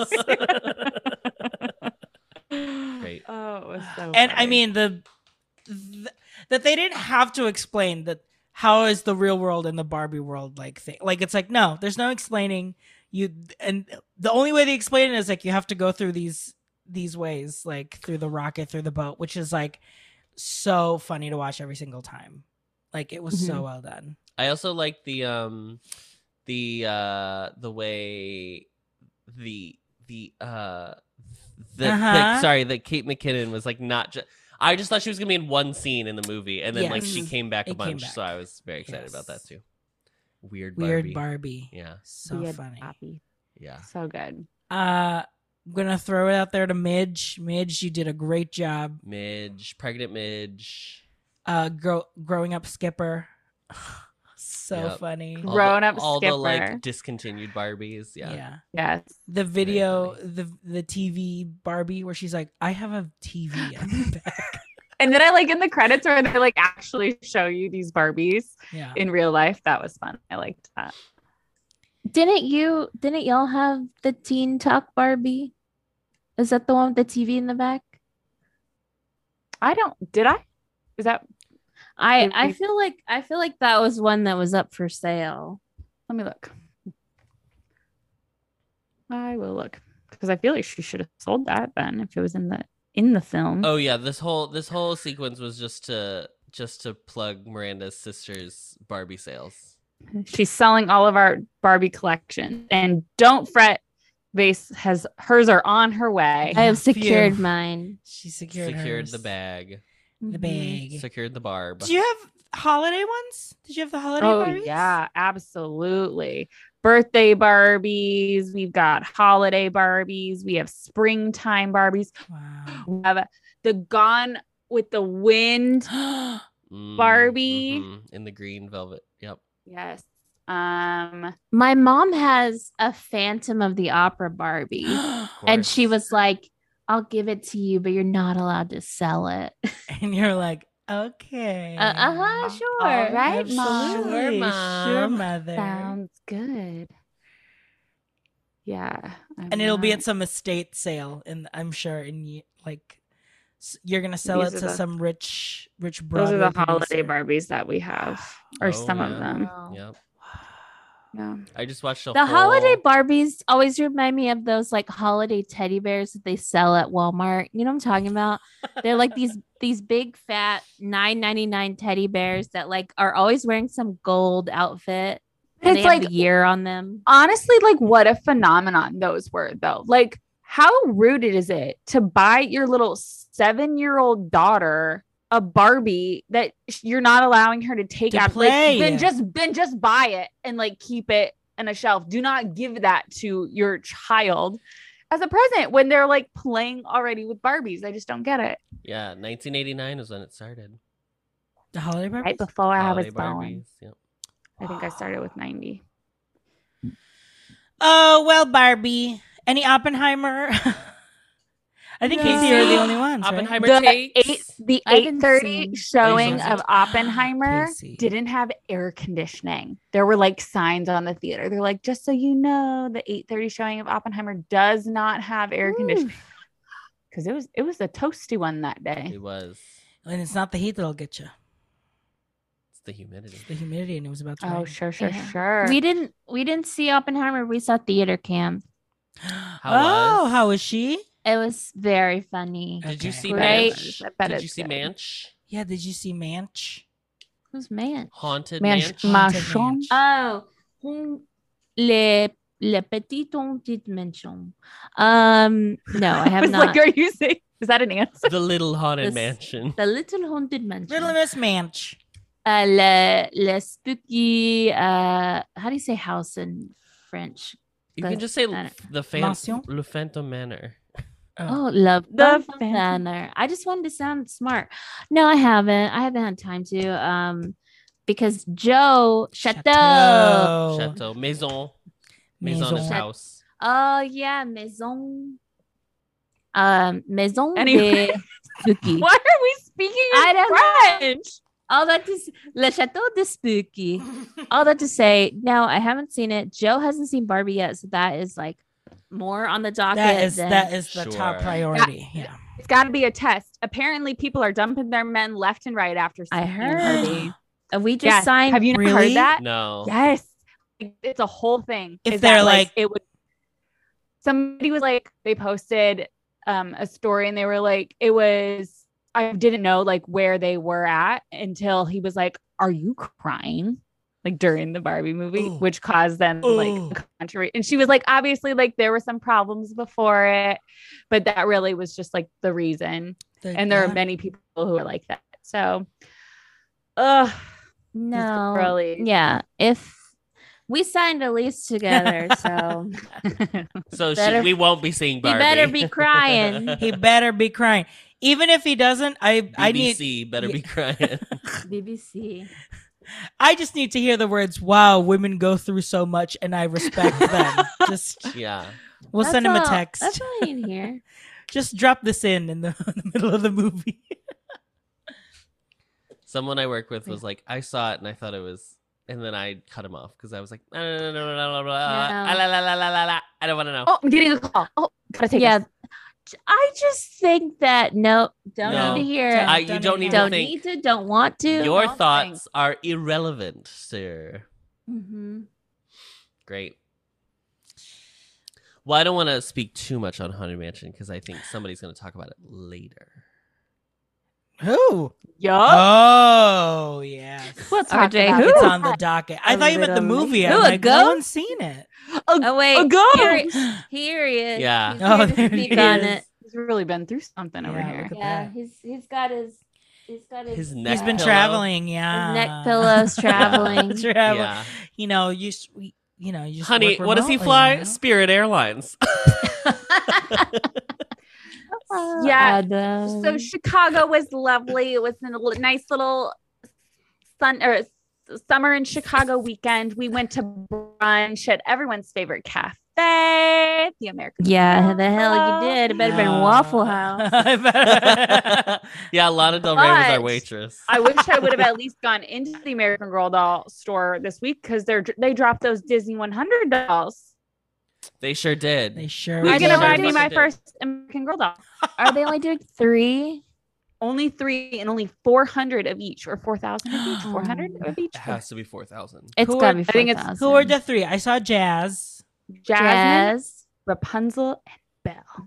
Great.
Oh, it was so.
and I
funny.
mean the, th- that they didn't have to explain that how is the real world and the Barbie world like thing. Like it's like no, there's no explaining you and the only way they explain it is like you have to go through these these ways like through the rocket, through the boat, which is like so funny to watch every single time. Like it was so well done.
I also like the um the uh the way the the uh the, the
Uh-huh.
sorry that Kate McKinnon was like not just I just thought she was gonna be in one scene in the movie and then like she
Yes.
came back a
It came
bunch so
back.
I was very excited about that
Yes.
too. Weird Barbie.
Weird Barbie.
Yeah.
So
Weird
funny.
Barbie.
Yeah.
so good.
Uh I'm gonna throw it out there to Midge. Midge, you did a great job.
Midge, pregnant Midge.
Uh grow growing up skipper. so
Yep.
funny.
all the-
Grown-up
all the
skipper.
like discontinued Barbies. Yeah.
Yes.
The video,
funny.
the the TV Barbie where she's like, I have a TV on my back.
And then I like in the credits where they like actually show you these Barbies
Yeah.
in real life. That was fun. I liked that.
Didn't you? Didn't y'all have the Teen Talk Barbie? Is that the one with the TV in the back?
I don't. Did I? Is that?
I
Mhm.
I feel like I feel like that was one that was up for sale.
Let me look. I will look because I feel like she should have sold that then if it was in the in the film.
Oh yeah, this whole this whole sequence was just to just to plug Miranda's sister's Barbie sales.
She's selling all of our Barbie collection, and don't fret. Base has hers are on her way.
I have
Phew.
secured mine.
She secured
secured
hers.
the bag.
Mm-hmm.
The bag.
Secured the barb.
Do you have holiday ones? Did you have the holiday
Oh
Barbies?
yeah, absolutely. Birthday Barbies, we've got holiday Barbies, we have springtime Barbies,
Wow.
we have the Gone with the Wind.
Mm,
Barbie.
mhm, in the green velvet. Yep.
Yes. Um
My mom has a Phantom of the Opera Barbie,
of
and she
course.
was like, "I'll give it to you, but you're not allowed to sell it."
and you're like, okay.
Uh huh. Sure.
all
right,
Absolutely.
mom.
Sure, Sure,
Mom.
mother.
sounds good. Yeah.
and it'll be at some estate sale and i'm sure in ye- like S- You're gonna sell
These
it
are
to
the-
some rich, rich.
Those are the
Broadway
holiday
producer.
Barbies that we have, or
Oh,
some
yeah.
of them.
Yep.
Yeah.
I just watched a whole-
The holiday Barbies always remind me of those like holiday teddy bears that they sell at Walmart. You know what I'm talking about? They're like these these big fat 9.99 teddy bears that like are always wearing some gold outfit. And
It's
they have
like
the year on them.
honestly, like what a phenomenon those were, though. Like, how rooted is it to buy your little seven year old daughter a Barbie that sh- you're not allowing her to take
To
out? Like,
play.
then just then just buy it and like keep it on a shelf. Do not give that to your child as a present when they're like playing already with Barbies. I just don't get it.
Yeah, 1989 was when it started.
The holiday Barbies.
Right before I
Holiday
was born,
Barbies. Yep.
I think I started with ninety.
Oh well, Barbie. Any Oppenheimer? I think
No.
Casey, you're the only ones. right?
Oppenheimer
the
takes.
eight the
I haven't
eight
seen-
thirty showing
Casey.
of Oppenheimer
Casey.
didn't have air conditioning. There were like signs on the theater. They're like, just so you know, the eight thirty showing of Oppenheimer does not have air conditioning because it was it was a toasty one that day.
It was.
And it's not the heat that'll get you.
It's the humidity.
The humidity, and it was about to.
Oh
rain.
sure sure
Yeah.
sure.
We didn't we didn't see Oppenheimer. We saw theater camp.
How
oh,
was-
how is she?
It was very funny.
Did you
Okay.
see
Great.
Manch?
I bet
Did you
it's
see
good.
Manch?
Yeah, did you see Manch?
Who's man?
Haunted Manch.
Manch-
Haunted
Manchon.
Manch.
Oh, hmm, le le petit on dit mention. Um, no, I
I
have
was
not.
like, are you saying is that an answer?
the little haunted
This-
mansion.
the little haunted mansion.
Little Miss Manch.
uh, le le spooky. Uh, how do you say house in
Uh,
French?
You can
the-
just say
I
l-
don't-
the fan-
Mansion?
Le Phantom Manor.
Oh, love
The
the
Phantom-
banner. I just wanted to sound smart. No, I haven't. I haven't had time to. Um, because Joe Chateau.
Chateau. Maison. Maison is
Oh. Maison.
house.
Oh yeah, maison. Um, maison
Anyway.
de spooky.
Why are we speaking in
I don't know.
French?
All that is Le Chateau de Spooky. All that to say, no, I haven't seen it. Joe hasn't seen Barbie yet, so that is like more on the docket.
That is
than-
that is the
Sure.
top priority. Yeah.
It's got to be a test. Apparently, people are dumping their men left and right after.
I
seeing
heard.
Barbie.
Uh, we just
Yes.
signed.
Have you not
Really?
heard that?
No.
Yes, Like, it's a whole thing.
If
Is that,
they're like-
it would. Somebody was like, they posted um, a story and they were like, it was. I didn't know like where they were at until he was like, "Are you crying?" Like during the Barbie movie,
Ooh.
which caused them
Ooh.
like country. And she was like, obviously, like there were some problems before it, but that really was just like the reason.
The
And there are
God-
many people who are like that. So, ugh,
no.
really,
Yeah, if we signed a lease together, so
So she,
Better-
we won't be seeing
You
Barbie.
better be crying.
He better be crying. Even if he doesn't, I I
BBC
need
better be crying.
BBC.
I just need to hear the words, wow, women go through so much and I respect them. just
yeah.
we'll
That's
send him a
all- That's
text.
all I need here.
Just drop this in in the, in the middle of the movie.
Someone I work with
Yeah.
was like, I saw it and I thought it was, and then I cut him off because I was like, no, no, no, no, no, no, no, no. ah, la, la, la, la, la, la. I don't want to know.
Oh, I'm getting a call. Oh, gotta take
yeah.
this.
I just think that no, don't
No.
need to hear.
I,
it.
you don't need
don't
to think.
need to. Don't want to.
Your
don't
thoughts are irrelevant, sir.
hmm
Great. Well, I don't want to speak too much on Haunted Mansion because I think somebody's going to talk about it later.
Who? Uh,
Yup.
Oh, yeah.
We'll talk
RJ,
about
who?
It's
it.
on the docket. I
A
thought you meant the
little
movie.
late.
I'm
Who, a
like, no
goat?
one's seen it.
Oh wait,
A goat.
Here, it- here he is.
Yeah.
He's
Oh,
here
there
to
he
speak on
is.
it.
He's really been through something over
Yeah,
here.
look at
Yeah,
that.
he's he's got his he's got his,
His
uh,
neck
He's been
pillow.
traveling, yeah.
neck pillows traveling.
Travel-
yeah.
You know, you s- we- you know, you just
Honey,
work
what does he
remotely,
fly?
you know?
Spirit Airlines.
Yeah.
Adam.
So Chicago was lovely. It was a li- nice little sun or s- summer in Chicago weekend. We went to brunch at everyone's favorite cafe, the American.
yeah, the hell you did. It better been Waffle
Uh,
House.
I better-
yeah, Lana Del Rey was our
But-
waitress.
I wish I would have at least gone into the American Girl doll store this week because they're they dropped those Disney 100 dolls.
They sure did.
they sure.
We
You're
did.
gonna
sure
buy me
did.
my first American Girl doll.
Are they only doing three?
only three and only 400 of each or 4,000 of each, 400 of each.
It has to be four thousand.
It's
Who
gotta
are-
be.
I think it's-
Who
4,000.
were the three? I saw Jazz.
Jasmine,
Jazz,
Rapunzel, and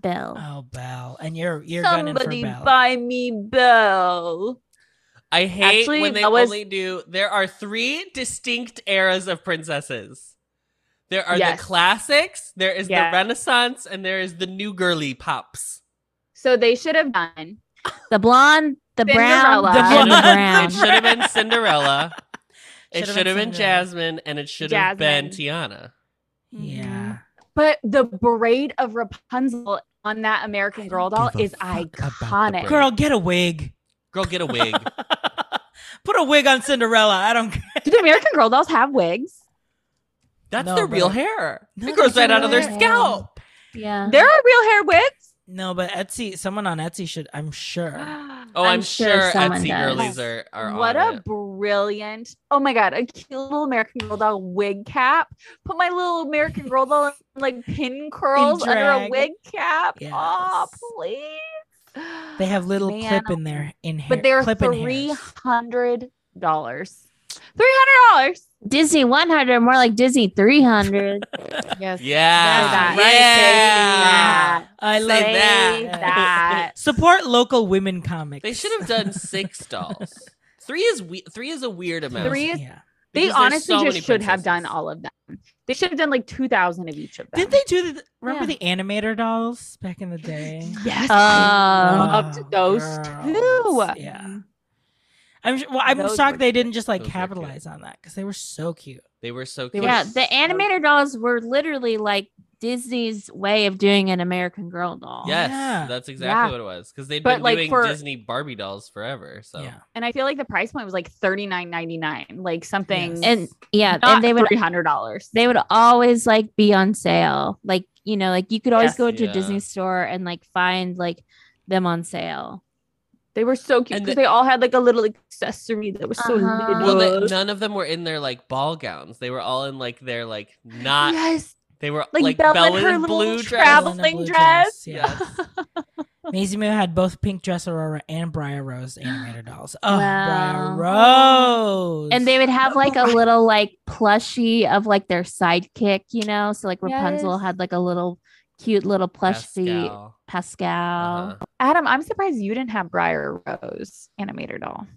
Belle.
Belle.
Oh, Belle, and you're you're
Somebody
gunning for Belle.
buy me Belle.
I hate
Actually,
when they
that was-
only do. There are three distinct eras of princesses. There are
Yes.
the classics. There is
Yeah.
the Renaissance, and there is the new girly pops.
So they should have done.
the blonde, the brown,
Cinderella.
the and the
blonde.
brown.
It should have been Cinderella. it
Should've
should have
been
been
Cinderella.
Jasmine, and it should have been
Jasmine.
Tiana.
Yeah.
But the braid of Rapunzel on that American
I
Girl
don't
doll
give a
is
fuck about the
iconic.
braid.
Girl, get a wig.
Girl, get a wig.
Put a wig on Cinderella. I don't care.
Do the American Girl dolls have wigs?
That's
No,
their
but-
real hair.
No,
it grows
that's
right out of their
their hair.
scalp.
Yeah.
There are real hair wigs.
No, but Etsy, someone on Etsy should, I'm sure.
Oh, I'm,
I'm
sure,
sure someone
Etsy
does.
girlies are, are
what
on
a
it.
brilliant! Oh my god, a cute little American Girl doll wig cap. Put my little American Girl doll in, like pin curls under a
drag.
wig cap. Oh,
Yes.
please.
They have little
Man,
clip in their in hair.
but they're
clip in
three
hairs.
hundred dollars. Three hundred dollars.
Disney 100, more like Disney 300.
Yeah.
Yes. that.
Yeah.
Right,
I
Say
love
that.
that.
Support local women comics.
They should have done six dolls. Three is we- three is a weird amount.
Three is-
Yeah.
They
because there's
honestly
so
just
many
should have done
princesses.
all of them. They should have done like two thousand of each of them.
Didn't they do the remember
Yeah.
the animator dolls back in the day?
Yes.
Uh,
up to those
girls.
two.
Yeah. I'm sure, well, I'm
Those
shocked
were-
they didn't just like
those were cute.
capitalize on that because they were so cute.
They were so
They
cute.
were
yeah.
so
The animator dolls were literally like Disney's way of doing an American Girl doll.
Yes,
Yeah.
that's exactly
Yeah.
what it was because they'd
But,
been
like,
doing
for-
Disney Barbie dolls forever. So
Yeah.
and I feel like the price point was like thirty nine ninety nine, like something.
Yes.
And yeah,
not
and they would
three hundred dollars.
they would always like be on sale. Like, you know, like you could always
Yes.
go to
Yeah.
a Disney store and like find like them on sale.
They were so cute
And
because
the-
they all had like a little accessory that was so
Uh-huh.
little.
well, they, none of them were in their like ball gowns. They were all in like their like not.
yes,
They were
Like,
like,
Belle
Belle
in her
in
little
blue dress.
travel- Traveling
Blue
dress.
Yeah. Maisie Mill had both Pink Dress Aurora and Briar Rose animator dolls. Oh,
Wow.
Briar Rose.
And they would have like a little like plushie of like their sidekick, you know? So like Rapunzel
Yes.
had like a little cute little plushie Pascal.
Pascal. Uh-huh.
Adam, I'm surprised you didn't have Briar Rose animator doll.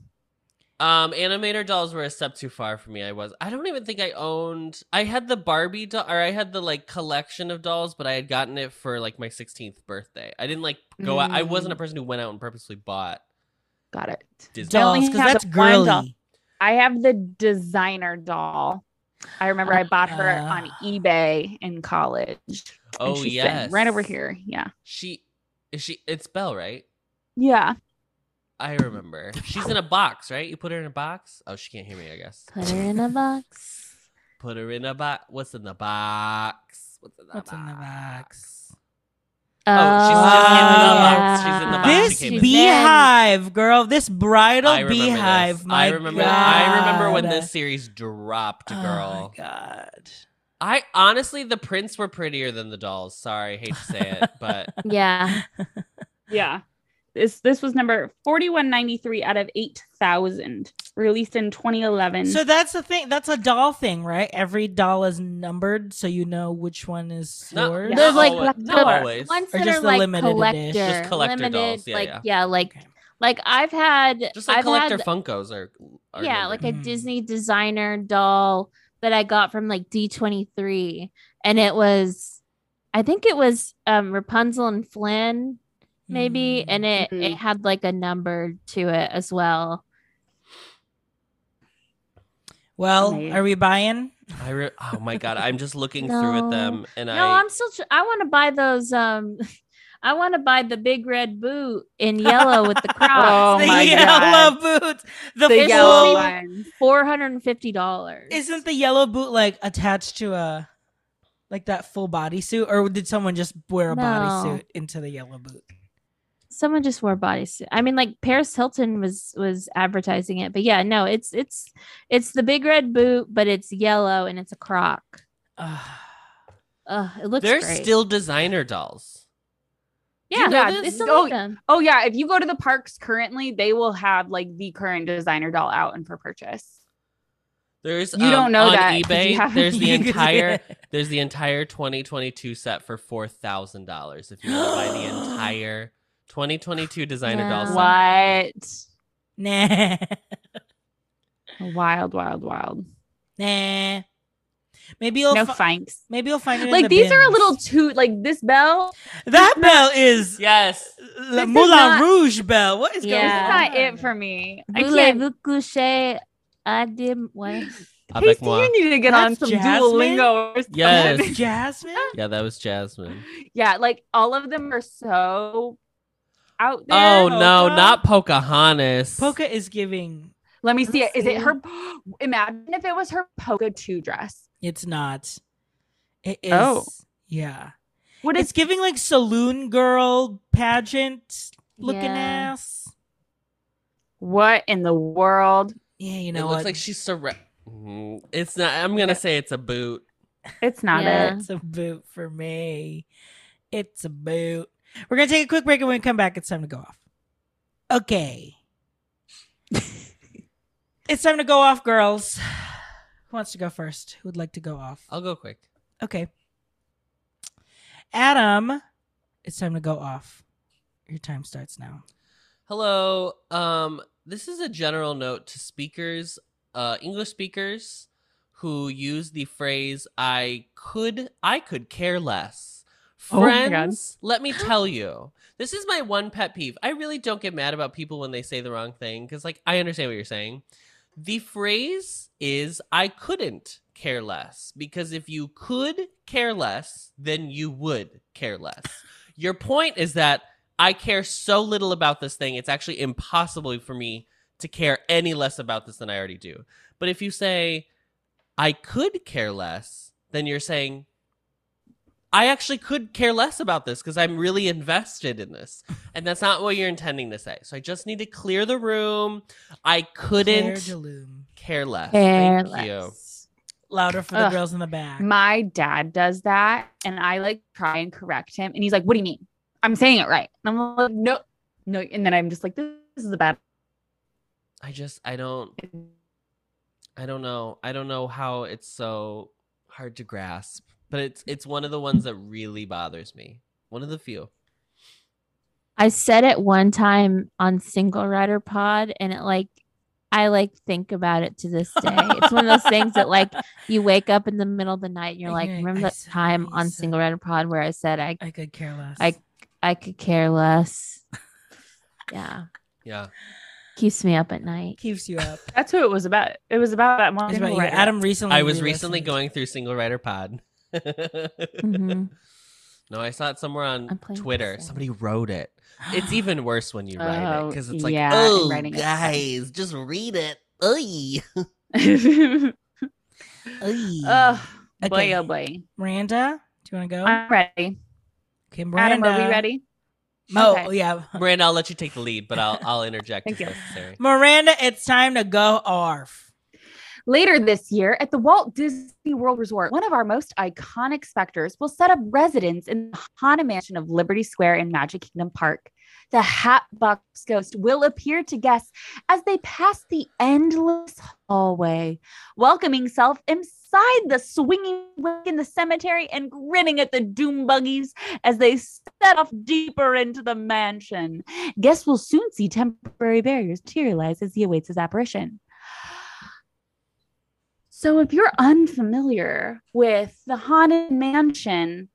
Um, animator dolls were a step too far for me. I was. I don't even think I owned. I had the Barbie doll, or I had the like collection of dolls, but I had gotten it for like my 16th birthday. I didn't like go out. I wasn't a
Mm.
person who went out and purposely bought
Got it.
Disney.
Don't-
dolls
only
because
had
that's
the one doll.
girly.
I have the designer doll. I remember I bought her on
Ah.
eBay in college. and
oh
she's
yes,
sitting right over here. Yeah,
She is she. It's Belle, right?
yeah.
I remember. She's in a box, right? You put her in a box. Oh, she can't hear me. I guess.
Put her in a box.
Put her in a box. What's in the box? What's in the
What's in the box?
Oh, she's in the box. She's in the box.
yeah.
She
This
came in.
beehive, girl. This bridal
I remember this.
beehive. My
I remember.
God.
I remember when this series dropped,
Oh, my
girl.
God.
I honestly, the prints were prettier than the dolls. Sorry, hate to say it, but
Yeah.
Yeah. This this was number 4193 out of 8000 released in 2011.
So that's the thing. That's a doll thing, right? Every doll is numbered, so you know which one is
not,
yours.
not
There's, like,
always.
the
not
door.
always.
Ones
Or
that
just
are
the
like
limited edition.
collector,
Just
collector
limited,
dolls. Yeah,
like
yeah.
yeah, like
Okay.
like I've had
Just like
I've
collector
had
Funkos are. are
yeah,
numbered.
like a
Mm.
Disney designer doll that I got from like D23 and it was I think it was um Rapunzel and Flynn maybe
Mm.
and it it
Mhm.
had like a number to it as well.
well,
Amazing.
are we buying?
I re- oh my god, I'm just looking through at
No.
them, and
No,
I
I'm still tr- I want to buy those um I want to buy the big red boot in yellow with the
Oh
cross.
the
my
yellow boots.
the
The, full-
yellow
full-
one.
$450.
Isn't the yellow boot like attached to a like that full bodysuit, or did someone just wear a
No.
bodysuit into the yellow boot?
someone just wore a bodysuit. I mean, like Paris Hilton was was advertising it, but yeah, no, it's it's it's the big red boot, but it's yellow and it's a croc.
Ugh.
Ugh, it looks
they're
great.
still designer dolls. You
Yeah,
know
Yeah,
this?
they still
Oh,
make them.
Oh yeah, if you go to the parks currently, they will have like the current designer doll out and for purchase.
There's
You
um,
don't know
on
that 'cause you
eBay.
haven't-
There's the
You could-
entire there's the entire 2022 set for four thousand dollars if you want to buy the entire 2022 designer doll
Wow.
set.
What?
Nah.
Wild, wild, wild.
Nah. Maybe you'll
no
fi-
thanks.
maybe you'll find it. in
Like
the
these are a
bins.
little too like this bell.
That bell is
Yes,
La
is
Moulin
not-
Rouge bell. What is
This is
Yeah.
not
going on?
it for me. I can't.
Voulez-vous coucher à dem- what?
avec
Pasty,
moi.
you need to get on some
That's Jasmine?
Duolingo. Or something.
Yes.
Jasmine.
Yeah, that was Jasmine.
yeah, like all of them are so out there.
Oh no,
Poca.
not Pocahontas.
Polka is giving.
Let me see it. Is it
see.
her? Imagine if it was her polka two dress.
It's not. It is.
Oh.
Yeah.
What is
It's giving like saloon girl pageant looking
Yeah.
ass.
what in the world?
Yeah, you
It
know
looks
what?
like she's surrounded. It's not. I'm gonna say it's a boot.
It's not
Yeah.
it.
It's a boot for me. It's a boot. We're gonna take a quick break, and when we come back, it's time to go off. Okay. it's time to go off, girls. Who wants to go first? Who would like to go off?
Oh.
I'll go quick.
Okay. Adam, it's time to go off. Your time starts now.
Hello. Um, this is a general note to speakers, uh, English speakers, who use the phrase "I could, I could care less."
Oh my God.
Friends, let me tell you, this is my one pet peeve. I really don't get mad about people when they say the wrong thing because, like, I understand what you're saying. The phrase is "I couldn't care less" because if you could care less, then you would care less. Your point is that I care so little about this thing, it's actually impossible for me to care any less about this than I already do. But if you say, I could care less, then you're saying, I actually could care less about this because I'm really invested in this. And that's not what you're intending to say. So I just need to clear the room. I
Claire
couldn't
Delhomme.
care less.
Care
Thank you.
less.
Louder for the
Ugh.
girls in the back.
My dad does that, and I like try and correct him, and he's like, "What do you mean? I'm saying it right." And I'm like, "No, no," and then I'm just like, "This, this is a bad."
I just, I don't, I don't know. I don't know how it's so hard to grasp, but it's it's one of the ones that really bothers me. One of the few.
I said it one time on Single Rider Pod, and it like I like think about it to this day. it's one of those things that like you wake up in the middle of the night and you're
And
like,
you're like,
remember
I
that
said-
time
I
on
said-
Single Rider Pod where I said I
I could care less.
I I could care less. yeah,
Yeah.
keeps me up at night.
keeps you up.
That's who it was about. It was about that one.
It's about you. Adam
Oh,
recently.
I was recently
re-listened.
going through Single Rider Pod.
Mm-hmm.
Mhm.
No, I saw it somewhere
I'm
on
playing with
Twitter.
this
Somebody wrote it. It's even worse when you write it
Oh,
because it's like,
yeah, and
oh,
writing it.
guys, just read it. Oy.
Oy.
Ugh,
Okay.
boy, oh boy.
Miranda, do you want to go?
I'm ready.
okay,
Adam,
Miranda.
are we ready?
Oh,
Okay.
yeah.
Miranda, I'll let you take the lead, but I'll I'll interject
Thank
if
you.
necessary.
Miranda, it's time to go off.
Later this year, at the Walt Disney World Resort, one of our most iconic specters will set up residence in the Haunted Mansion of Liberty Square in Magic Kingdom Park. The Hatbox Ghost will appear to guests as they pass the endless hallway, welcoming self inside the swinging wake in the cemetery and grinning at the doom buggies as they set off deeper into the mansion. Guests will soon see temporary barriers materialize as he awaits his apparition. So, if you're unfamiliar with the Haunted Mansion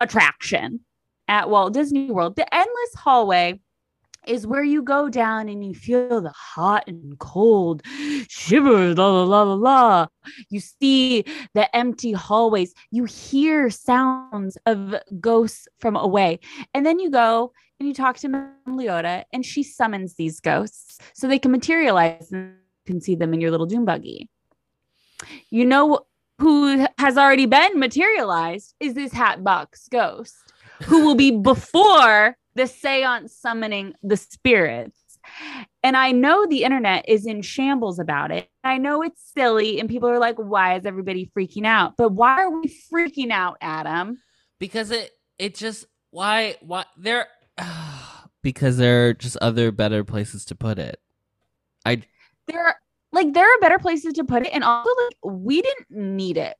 attraction at Walt Disney World, the endless hallway is where you go down and you feel the hot and cold shivers, la la la la la. You see the empty hallways, you hear sounds of ghosts from away, and then you go and you talk to Madame Leota, and she summons these ghosts so they can materialize and you can see them in your little doom buggy you know who has already been materialized is this hatbox ghost who will be before the seance summoning the spirits and i know the internet is in shambles about it i know it's silly and people are like why is everybody freaking out but why are we freaking out adam
because it it just Why? Why? There. because there are just other better places to put it.
There are like there are better places to put it, and also like we didn't need it.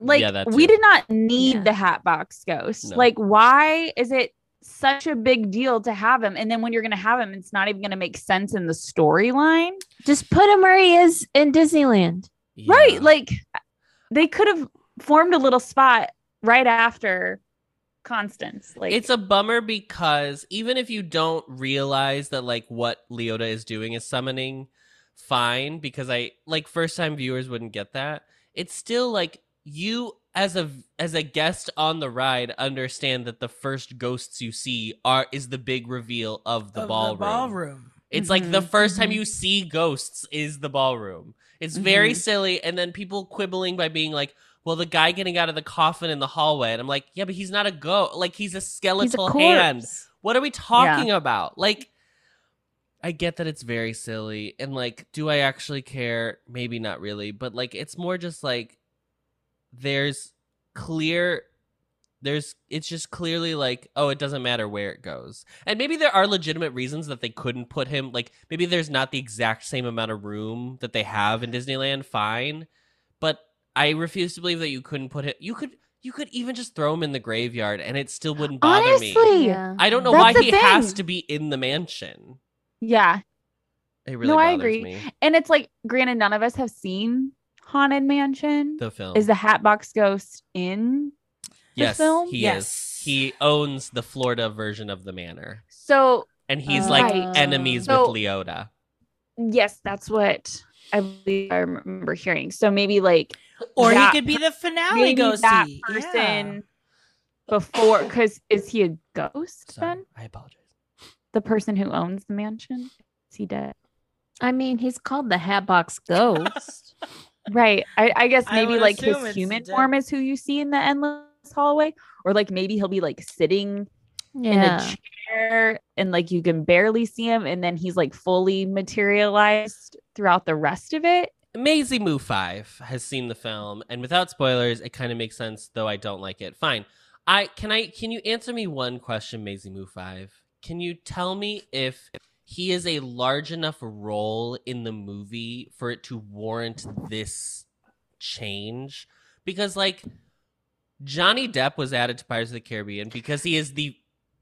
Like
Yeah, that
we
too.
did not need
Yeah.
the Hatbox Ghost.
No.
Like, why is it such a big deal to have him? And then when you're gonna have him, it's not even gonna make sense in the storyline,
Just put him where he is in Disneyland.
Yeah.
right? Like, they could have formed a little spot right after Constance. Like,
it's a bummer because even if you don't realize that like what Leota is doing is summoning, fine. Because I like first time viewers wouldn't get that. It's still like you as a as a guest on the ride understand that the first ghosts you see are is the big reveal of the
Of
ballroom.
ballroom.
It's like the
Mhm,
first time
mhm.
you see ghosts is the ballroom. It's very silly. And then people quibbling by being like, well, the guy getting out of the coffin in the hallway. And I'm like, yeah, but he's not a ghost. Like, he's a
He's a
skeletal
corpse.
hand. What are we talking about? Like, I get that it's very silly. And like, do I actually care? Maybe not really. But like, it's more just like, there's clear there's it's just clearly like oh it doesn't matter where it goes and maybe there are legitimate reasons that they couldn't put him like maybe there's not the exact same amount of room that they have in disneyland fine but i refuse to believe that you couldn't put it you could you could even just throw him in the graveyard and it still wouldn't bother me
honestly,
Yeah.
i don't know
That's
why
the
he has
thing.
to be in the mansion
yeah.
it really
No, I
bothers
agree.
me
And it's like, granted, none of us have seen Haunted Mansion.
the film
is the Hatbox Ghost in?
yes
film?
he
Yes.
is he owns the florida version of the manor
So
and he's like
Right.
enemies
So-
with leota
yes, that's what I believe I remember hearing. So maybe like
Or
that
he could be the finale
maybe
go
that
see.
person
Yeah.
before, because is he a ghost
Sorry,
then?
I apologize.
The person who owns the mansion is he dead?
I mean, he's called the Hatbox Ghost.
Right. I, I guess
I
maybe
would
like
assume
his
it's
human
dead.
form is who you see in the endless hallway, or like maybe he'll be like sitting
yeah.
in a chair and like you can barely see him and then he's like fully materialized throughout the rest of it
Maisie Moo 5 has seen the film, and without spoilers, it kind of makes sense, though I don't like it. Fine. I can I can you answer me one question, Maisie Moo 5? Can you tell me if he is a large enough role in the movie for it to warrant this change? Because like Johnny Depp was added to Pirates of the Caribbean because he is the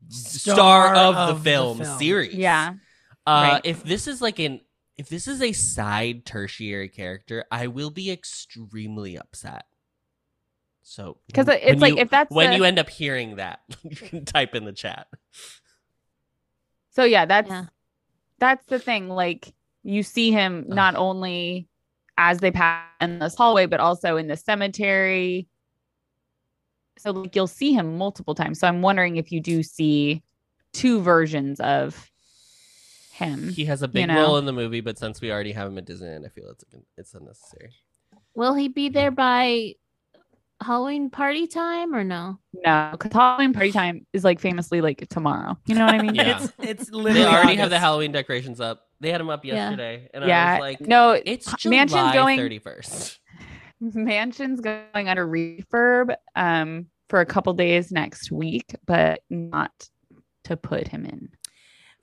star, of, the, film series. Uh,
Right.
if this is like an if this is a side tertiary character, I will be extremely upset. So
because
when-
it's
when
like
you-
if that's
when
the-
you end up hearing that, you can type in the chat.
so yeah that's
Yeah.
that's the thing like you see him
Ugh.
not only as they pass in this hallway but also in the cemetery so like you'll see him multiple times so i'm wondering if you do see two versions of him
He has a big
Mm-hmm. know.
role in the movie, but since we already have him at Disneyland, I feel it's it's unnecessary.
Will he be there by Halloween party time or no?
no because halloween party time is like famously like tomorrow you know what i mean
Yeah.
It's it's
They
literally
already have the
August.
Halloween decorations up. They had them up
Yeah.
yesterday, and I
yeah
was like,
no
"It's
H-
July
Mansion's going-
thirty first.
mansion's going under refurb um for a couple days next week but not to put him in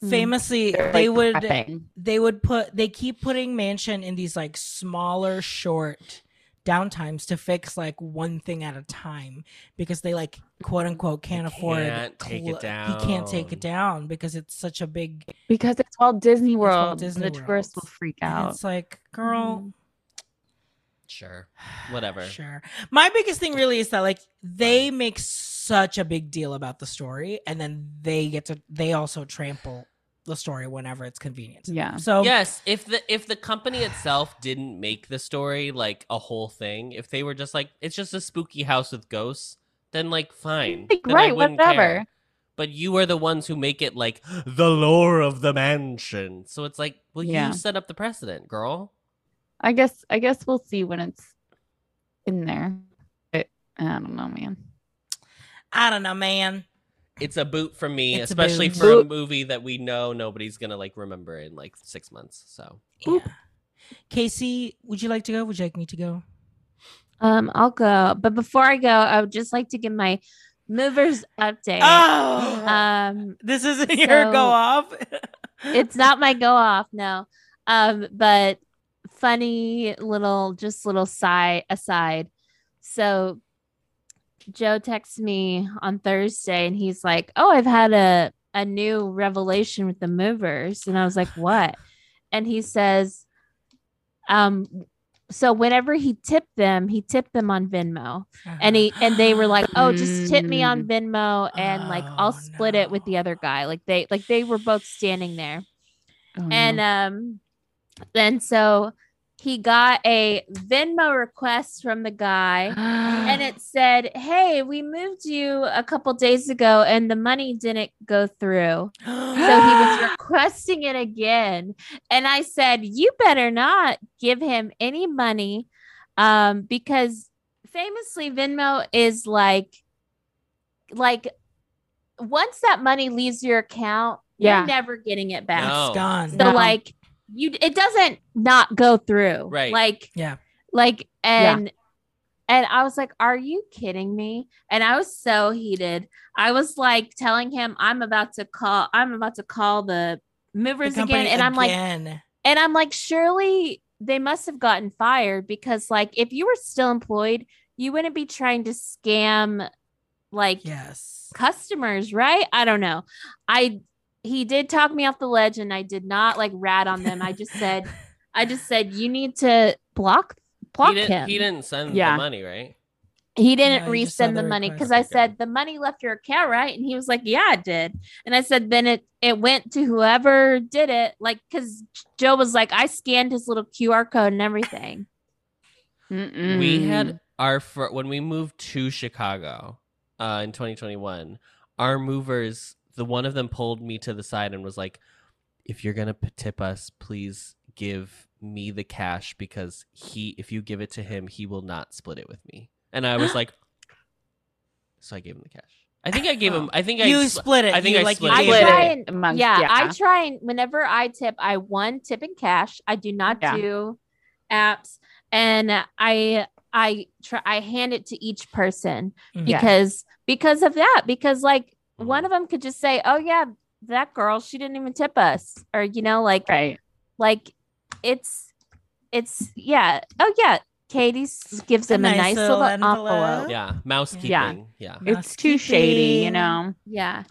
Famously,
They're,
they
like,
would
prepping.
they would put they keep putting mansion in these like smaller short downtimes to fix like one thing at a time because they like quote unquote can't afford
can't take it
he can't take it
down.
down because it's such a big
because it's Walt Disney
Walt
World
Disney
the
World.
tourists will freak
and
out
it's like girl
Sure,
Mm-hmm.
whatever.
sure my biggest thing really is that like they make such a big deal about the story and then they get to they also trample the story whenever it's convenient to them.
Yeah.
so
yes if the if the company itself didn't make the story like a whole thing if they were just like it's just a spooky house with ghosts then like fine
Like,
Then I
right
wouldn't
whatever
care. but you are the ones who make it like the lore of the mansion so it's like well
Yeah.
you set up the precedent girl
I guess I guess we'll see when it's in there but I don't know man
i don't know man
it's a boot from me
It's a
especially
boot.
for a
Boot.
movie that we know nobody's gonna like remember in like six months so
Yeah.
Boop.
Casey, would you like to go? Would you like me to go?
Um, I'll go. But before I go, I would just like to give my Movers update.
Oh,
Um,
this isn't your
so-
go off.
it's not my go off no um but funny little just little side aside so joe texts me on thursday and he's like oh i've had a a new revelation with the movers and i was like what and he says um so whenever he tipped them he tipped them on venmo and he and they were like oh just tip me on venmo and like i'll
Oh,
split it with the other
no.
guy like they like they were both standing there
Oh, no.
and um then so he got a venmo request from the guy and it said hey we moved you a couple days ago and the money didn't go through so he was requesting it again and i said you better not give him any money um because famously venmo is like like once that money leaves your account
Yeah.
you're never getting it back
No.
it's gone.
so
No.
like you it doesn't not go through
Right.
like
Yeah.
like
Yeah.
and and i was like are you kidding me and i was so heated i was like telling him i'm about to call i'm about to call the movers again and i'm like
like,
and i'm like surely they must have gotten fired because like if you were still employed you wouldn't be trying to scam like
yes.
customers, right? I don't know. I he did talk me off the ledge and I did not like rat on them. I just said I just said you need to block block
he didn't,
him.
He didn't send
Yeah.
the money, right?
He didn't
No, you just saw
resend
the
the money
request.
because I
Okay.
said the money left your account, right? And he was like, Yeah, it did. And I said, Then it it went to whoever did it, like because Joe was like, I scanned his little QR code and everything.
We
Mm-hmm.
Mm-mm.
had our fir- when we moved to Chicago uh, in 2021. Our movers, the one of them pulled me to the side and was like, "If you're gonna p- tip us, please give me the cash because he, if you give it to him, he will not split it with me." And I was like, "So I gave him the cash. I think I gave
Oh.
him. I think I
You
spl-
split it.
I think
you,
I
like,
split
you
it.
gave
Split
try
it
and-
amongst-
yeah, I
yeah.
try and whenever I tip, I one tip in cash. I do not
Yeah.
do apps, and I I try I hand it to each person
Mhm.
Yeah.
because because of that because like
Mm-hmm.
Mhm.
one of them could just say, oh yeah, that girl she didn't even tip us, or you know like
right.
like it's it's yeah oh yeah Katie s- gives
A
him a
nice
nice little
little envelope.
envelope
yeah, mousekeeping.
Yeah.
yeah.
It's too shady, you
Housekeeping.
know.
yeah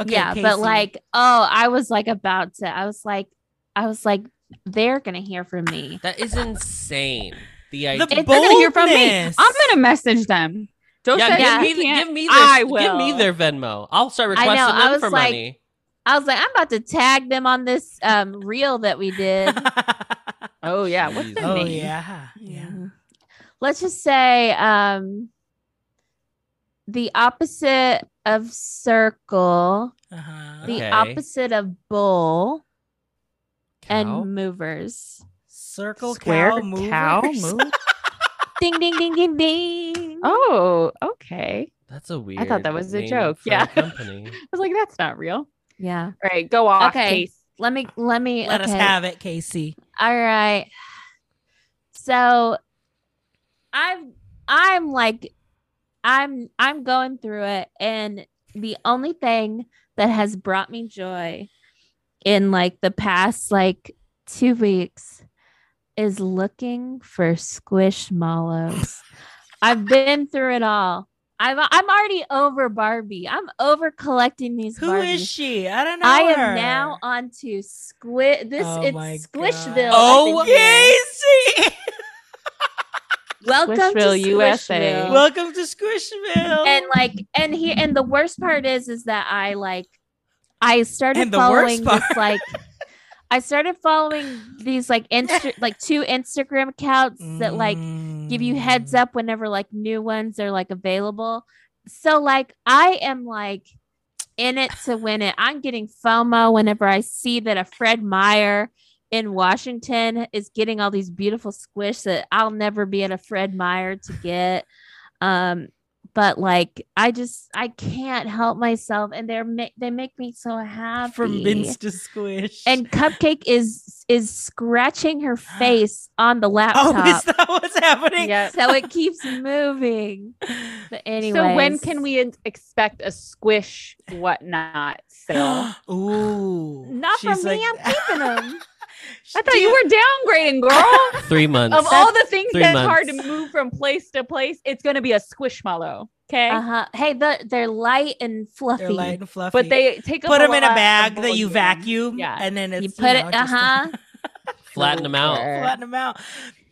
Okay,
yeah,
Casey.
but like, oh, I was like about to. I was like, I was like, they're gonna hear from me.
That is insane. The idea.
The
It's they're gonna hear from me. I'm
Boldness.
gonna message them. Don't
yeah,
say
yeah,
you
give, me,
can't.
give me
I
their, give me
will.
their Venmo. I'll start
I know,
requesting
I
them
was
for
like-
money.
I was like, I'm about to tag them on this um reel that we did.
Oh yeah, what's
Jeez.
their
oh
name?
yeah, yeah.
Let's just say um the opposite of circle,
Uh-huh.
Okay.
the opposite of bull,
Cow?
and movers.
Circle
Square
cow movers.
cow move?
ding ding ding ding ding.
Oh, okay.
That's a weird.
I thought that was a
name
joke.
for a
Yeah.
company.
I was like, that's not real.
Yeah.
All right, go off.
Okay.
Case.
Let me let me
Let us
okay.
have it, Casey.
All right. So I'm I'm like I'm I'm going through it and the only thing that has brought me joy in like the past like 2 weeks is looking for squishmallows. I've been through it all. I'm I'm already over Barbie. I'm over collecting these
Who
Barbies.
is she? I don't know.
I
her.
am now on to squid. This
Oh
it's
my
Squishville.
God.
Oh,
I think it is.
Casey!
welcome
Squishville,
to
USA.
Squishville.
Welcome to Squishville.
and like, and here, and the worst part is, is that I like, I started
And the worst
following
part.
this like, I started following these like insta, like two Instagram accounts that like give you heads
Mm.
up whenever like new ones are like available. So like I am like in it to win it. I'm getting FOMO whenever I see that a Fred Meyer in Washington is getting all these beautiful squish that I'll never be at a Fred Meyer to get. Um but like I just I can't help myself, and they're ma- they make me so happy.
From mince to squish.
and Cupcake is is scratching her face on the laptop,
oh, is that what's happening?
Yeah.
so it keeps moving. But anyway,
So when can we in- expect a squish whatnot sale?
Ooh.
Not for
She's
me,
like-
I'm keeping them.
I thought you were downgrading, girl.
Three months.
of all the things
Three
that's hard to
months.
move from place to place, it's going to be a squishmallow. Okay.
Uh-huh. Hey, the, they're light and fluffy.
They're light and fluffy.
But they take
put them in a
lot of
bag that you
volume.
vacuum.
Yeah.
And then it's
you put
know,
it, uh
just-
huh.
Flatten them out.
flatten them out.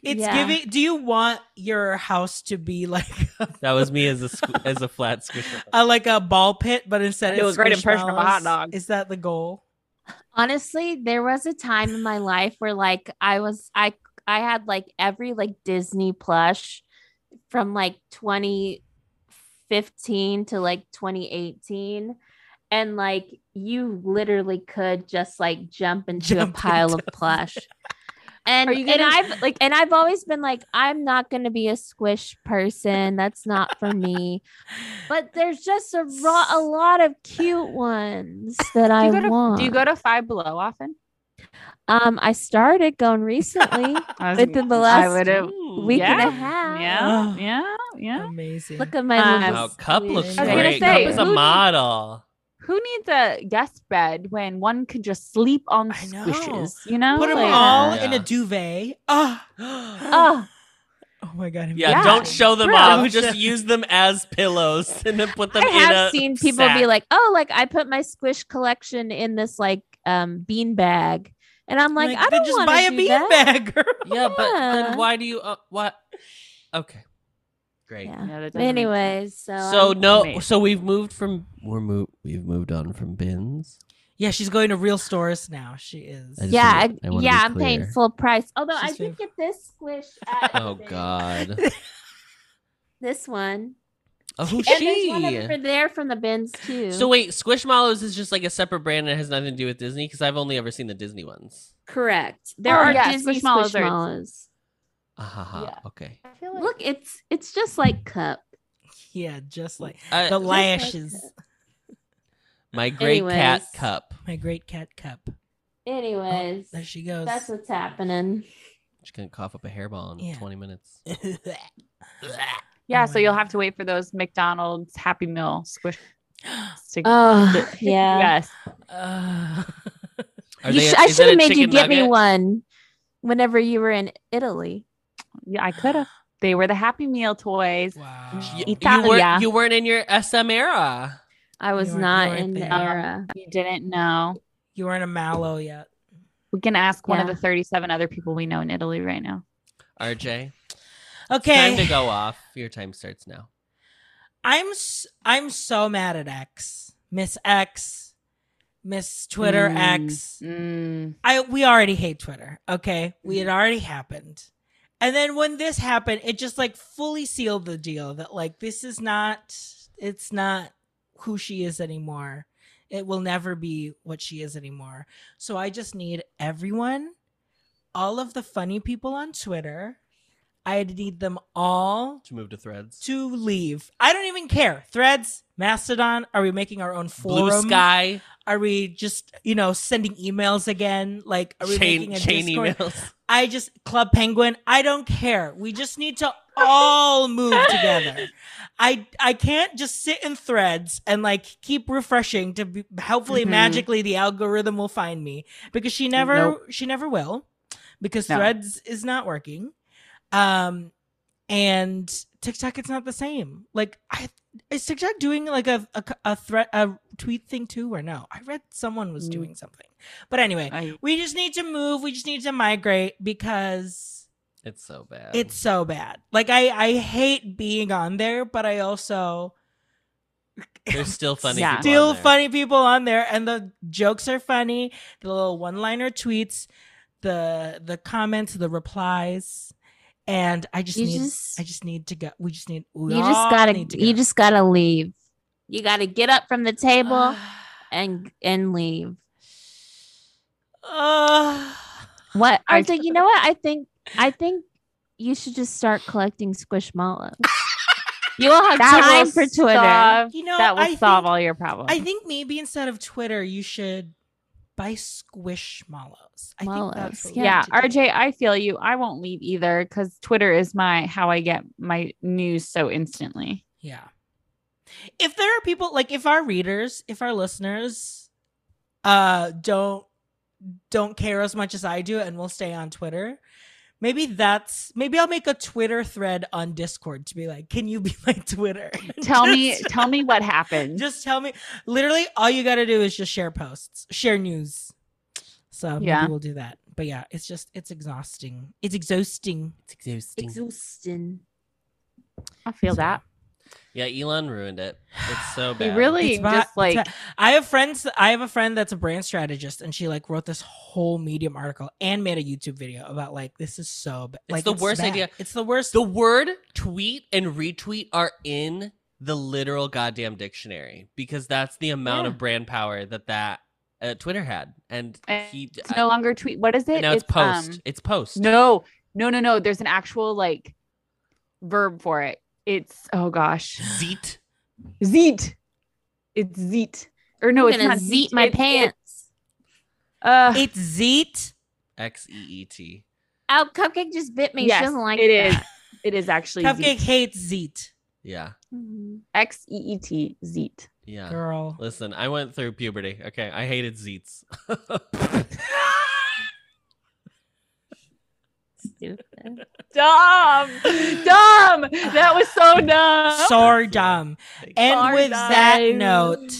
It's
Yeah.
giving. Do you want your house to be like a,
That was me as a squ- as a flat squisher.
a- like a ball pit, but instead
I do
it's
a great impression of a hot
squishmallows?
dog.
Is that the goal?
Honestly, there was a time in my life where like I was I I had like every like Disney plush from like 2015 to like 2018 and like you literally could just like jump into
Jump
a pile
into-
of plush. And,
Are you
and
getting-
I've like and I've always been like I'm not going to be a squish person. That's not for me. But there's just a, ro- a lot of cute ones that
Do
I
you, go
want.
to, do you go to Five Below often?
Um, I started going recently.
I
Within the last
would have.
week
Yeah,
and a half.
Yeah, yeah, yeah.
Amazing.
Look at my
Um,
little
Wow, cup
squeeze.
looks
I was gonna
great.
say,
cup is a
who needs-
model.
Who needs a guest bed when one could just sleep on
I know.
squishes? You know,
Put them
Like-
all in
Yeah.
a duvet. Ah.
Oh,
Oh my god.
Yeah,
Yeah.
don't show them
Bro.
off.
Don't
Just
show-
use them as pillows and then put them
I
in a
have seen people
sack.
be like, "Oh, like I put my squish collection in this like um bean bag," and I'm like, "I
then
don't
just
want
buy a
to do that."
beanbag. girl.
yeah, but
Yeah.
then why do you uh, what? Okay, great.
Yeah,
Yeah.
that doesn't make
Anyways, so
So
I'm-
no,
amazed.
so we've moved from we're moved we've moved on from bins.
Yeah, she's going to real stores now. She is.
I just-
yeah,
wanna-
I,
I wanna be
yeah, I'm paying
clear.
full price. Although
She's
I did
doing-
get this squish. At
Oh
the-
God,
this one.
oh, who's
And there's one
she?
over there from the bins too.
So wait, Squishmallows is just like a separate brand and it has nothing to do with Disney because I've only ever seen the Disney ones.
correct. There
Oh,
are
yeah,
Disney
Squishmallows are-
squishmallows.
Ah, ha, ha.
Yeah.
Okay.
I feel like
Look, it's it's just like cup.
Yeah, just like
I-
the
Just
like
lashes.
My great cat
Anyways.
cup.
My great cat cup. Oh,
Anyways,
there she goes.
that's what's happening.
She's gonna cough up a hairball in
Yeah.
20 minutes.
yeah.
Oh
so
my
you'll
God.
have to wait for those McDonald's Happy Meal squishes to
Oh yeah,
Yes.
Uh,
Are
You
they-
sh- I
is that
should have
a
made you
chicken
get me
nugget?
one whenever you were in Italy.
Yeah, I could have. They were the Happy Meal toys.
wow.
Y-
Eat
You,
Italia.
weren't, you weren't in your SM era.
I was
weren't- you
not
weren't
in the
there.
era.
You didn't know.
You weren't a mallow yet.
We can ask one of
Yeah.
the 37 other people we know in Italy right now.
RJ, time to
Okay.
go off. Your time starts now.
I'm s- I'm so mad at X. Miss X. Miss Twitter
Mm,
X.
mm.
I we already hate Twitter. Okay. We
Mm-hmm.
had already happened. And then when this happened, it just like fully sealed the deal that like this is not it's not who she is anymore. It will never be what she is anymore. So I just need everyone, all of the funny people on Twitter. I need them all
To move to threads.
to leave. I don't even care. Threads, Mastodon, are we making our own forum?
Blue sky,
Are we just, you know, sending emails again? Like, are we
chain,
making a
chain
Discord?
emails.
I just Club Penguin. I don't care. We just need to all move together. I I can't just sit in threads and like keep refreshing to be, hopefully
Mhm.
magically the algorithm will find me because she never
Nope.
she never will because
No.
threads is not working. Um and TikTok it's not the same. Like I is TikTok doing like a a, a threat a tweet thing too or no? I read someone was
Mm.
doing something. But anyway,
I-
we just need to move. We just need to migrate because
It's so bad.
it's so bad. Like I, I hate being on there, but I also
There's still funny.
Yeah.
people
still
on there.
funny people on there, and the jokes are funny. The little one-liner tweets, the the comments, the replies, and I just
You
need,
just-
I just need to go. We just need. We
You just
all
gotta
need to
you
go.
just gotta leave. You gotta get up from the table
Ah.
and and leave.
Ugh.
What
I-
Arthur, you know what? I think I think you should just start collecting squishmallows. You will have
That
time
will
for Twitter.
solve-
You know,
that will
I
solve
think-
all your problems.
I think maybe instead of Twitter, you should buy Squishmallows. I think that's
Mallows,
what we
yeah,
need to do.
RJ, I feel you. I won't leave either because Twitter is my how I get my news so instantly.
Yeah. If there are people like if our readers, if our listeners uh don't don't care as much as I do and will stay on Twitter, maybe that's maybe I'll make a Twitter thread on Discord to be like, can you be my Twitter?
Tell me,
Just-
tell me what happened.
Just tell me. Literally, all you gotta do is just share posts, share news. So maybe
Yeah.
we'll do that. But yeah, it's just it's exhausting. It's exhausting. It's exhausting.
Exhausting.
I feel
So-
that
Yeah, Elon ruined it. It's so
he
bad.
really
It's ba-
just
it's
like
ba- I have friends. I have a friend that's a brand strategist, and she like wrote this whole Medium article and made a YouTube video about like this is so bad.
It's
like,
the worst
bad.
idea.
It's the worst.
The word tweet and retweet are in the literal goddamn dictionary because that's the amount
Yeah.
of brand power that that uh, Twitter had. And
And
he
it's no longer tweet. What is
I-
it?
now it's, post.
um,
it's post.
No, no, no, no. There's an actual like verb for it. It's oh gosh,
Zeet.
zeet. It's zeet. Or no,
I'm
it's
gonna
not
zeet my
It's-
pants.
It, uh,
it's Zeet.
X E E T.
Oh, Cupcake just bit me. she
yes,
doesn't like
it
that.
is. It is actually
Cupcake
zeet.
hates Zeet.
Yeah.
Mhm.
X e e t zeet.
Yeah.
Girl.
Listen, I went through puberty. Okay. I hated Zeets.
Stupid.
Dumb, dumb. That was so dumb.
Sorry, dumb.
Thank you.
And
Sorry,
with that
dumb.
note,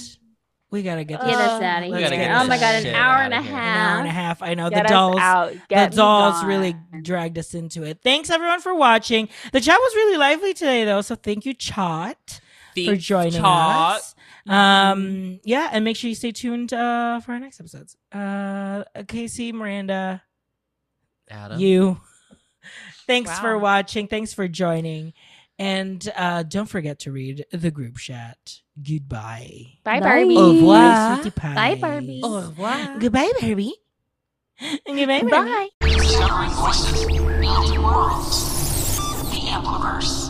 we gotta get
Get
this
Get us
Uh,
out of
let's
here.
get
Oh
this
my god, an
shit
hour
outta
and a
here.
an hour
half.
and a half. I know
Get
the
us
dolls.
out. Get
the
me
dolls
gone.
really dragged us into it. Thanks everyone for watching. The chat was really lively today though, so thank you, Chat, for
Thanks,
joining
Todd.
us. Um, yeah, and make sure you stay tuned uh, for our next episodes. Uh, Casey, Miranda,
Adam.
you. Thanks for
Wow.
watching. Thanks for joining, and uh, don't forget to read the group chat. Goodbye.
Bye,
Bye.
Barbie.
Au
Bye, sweetie pie.
Bye, Barbie.
Au revoir. Goodbye, Barbie. Goodbye, Barbie.
Bye.
Discovering voices, building worlds, the Ampliverse.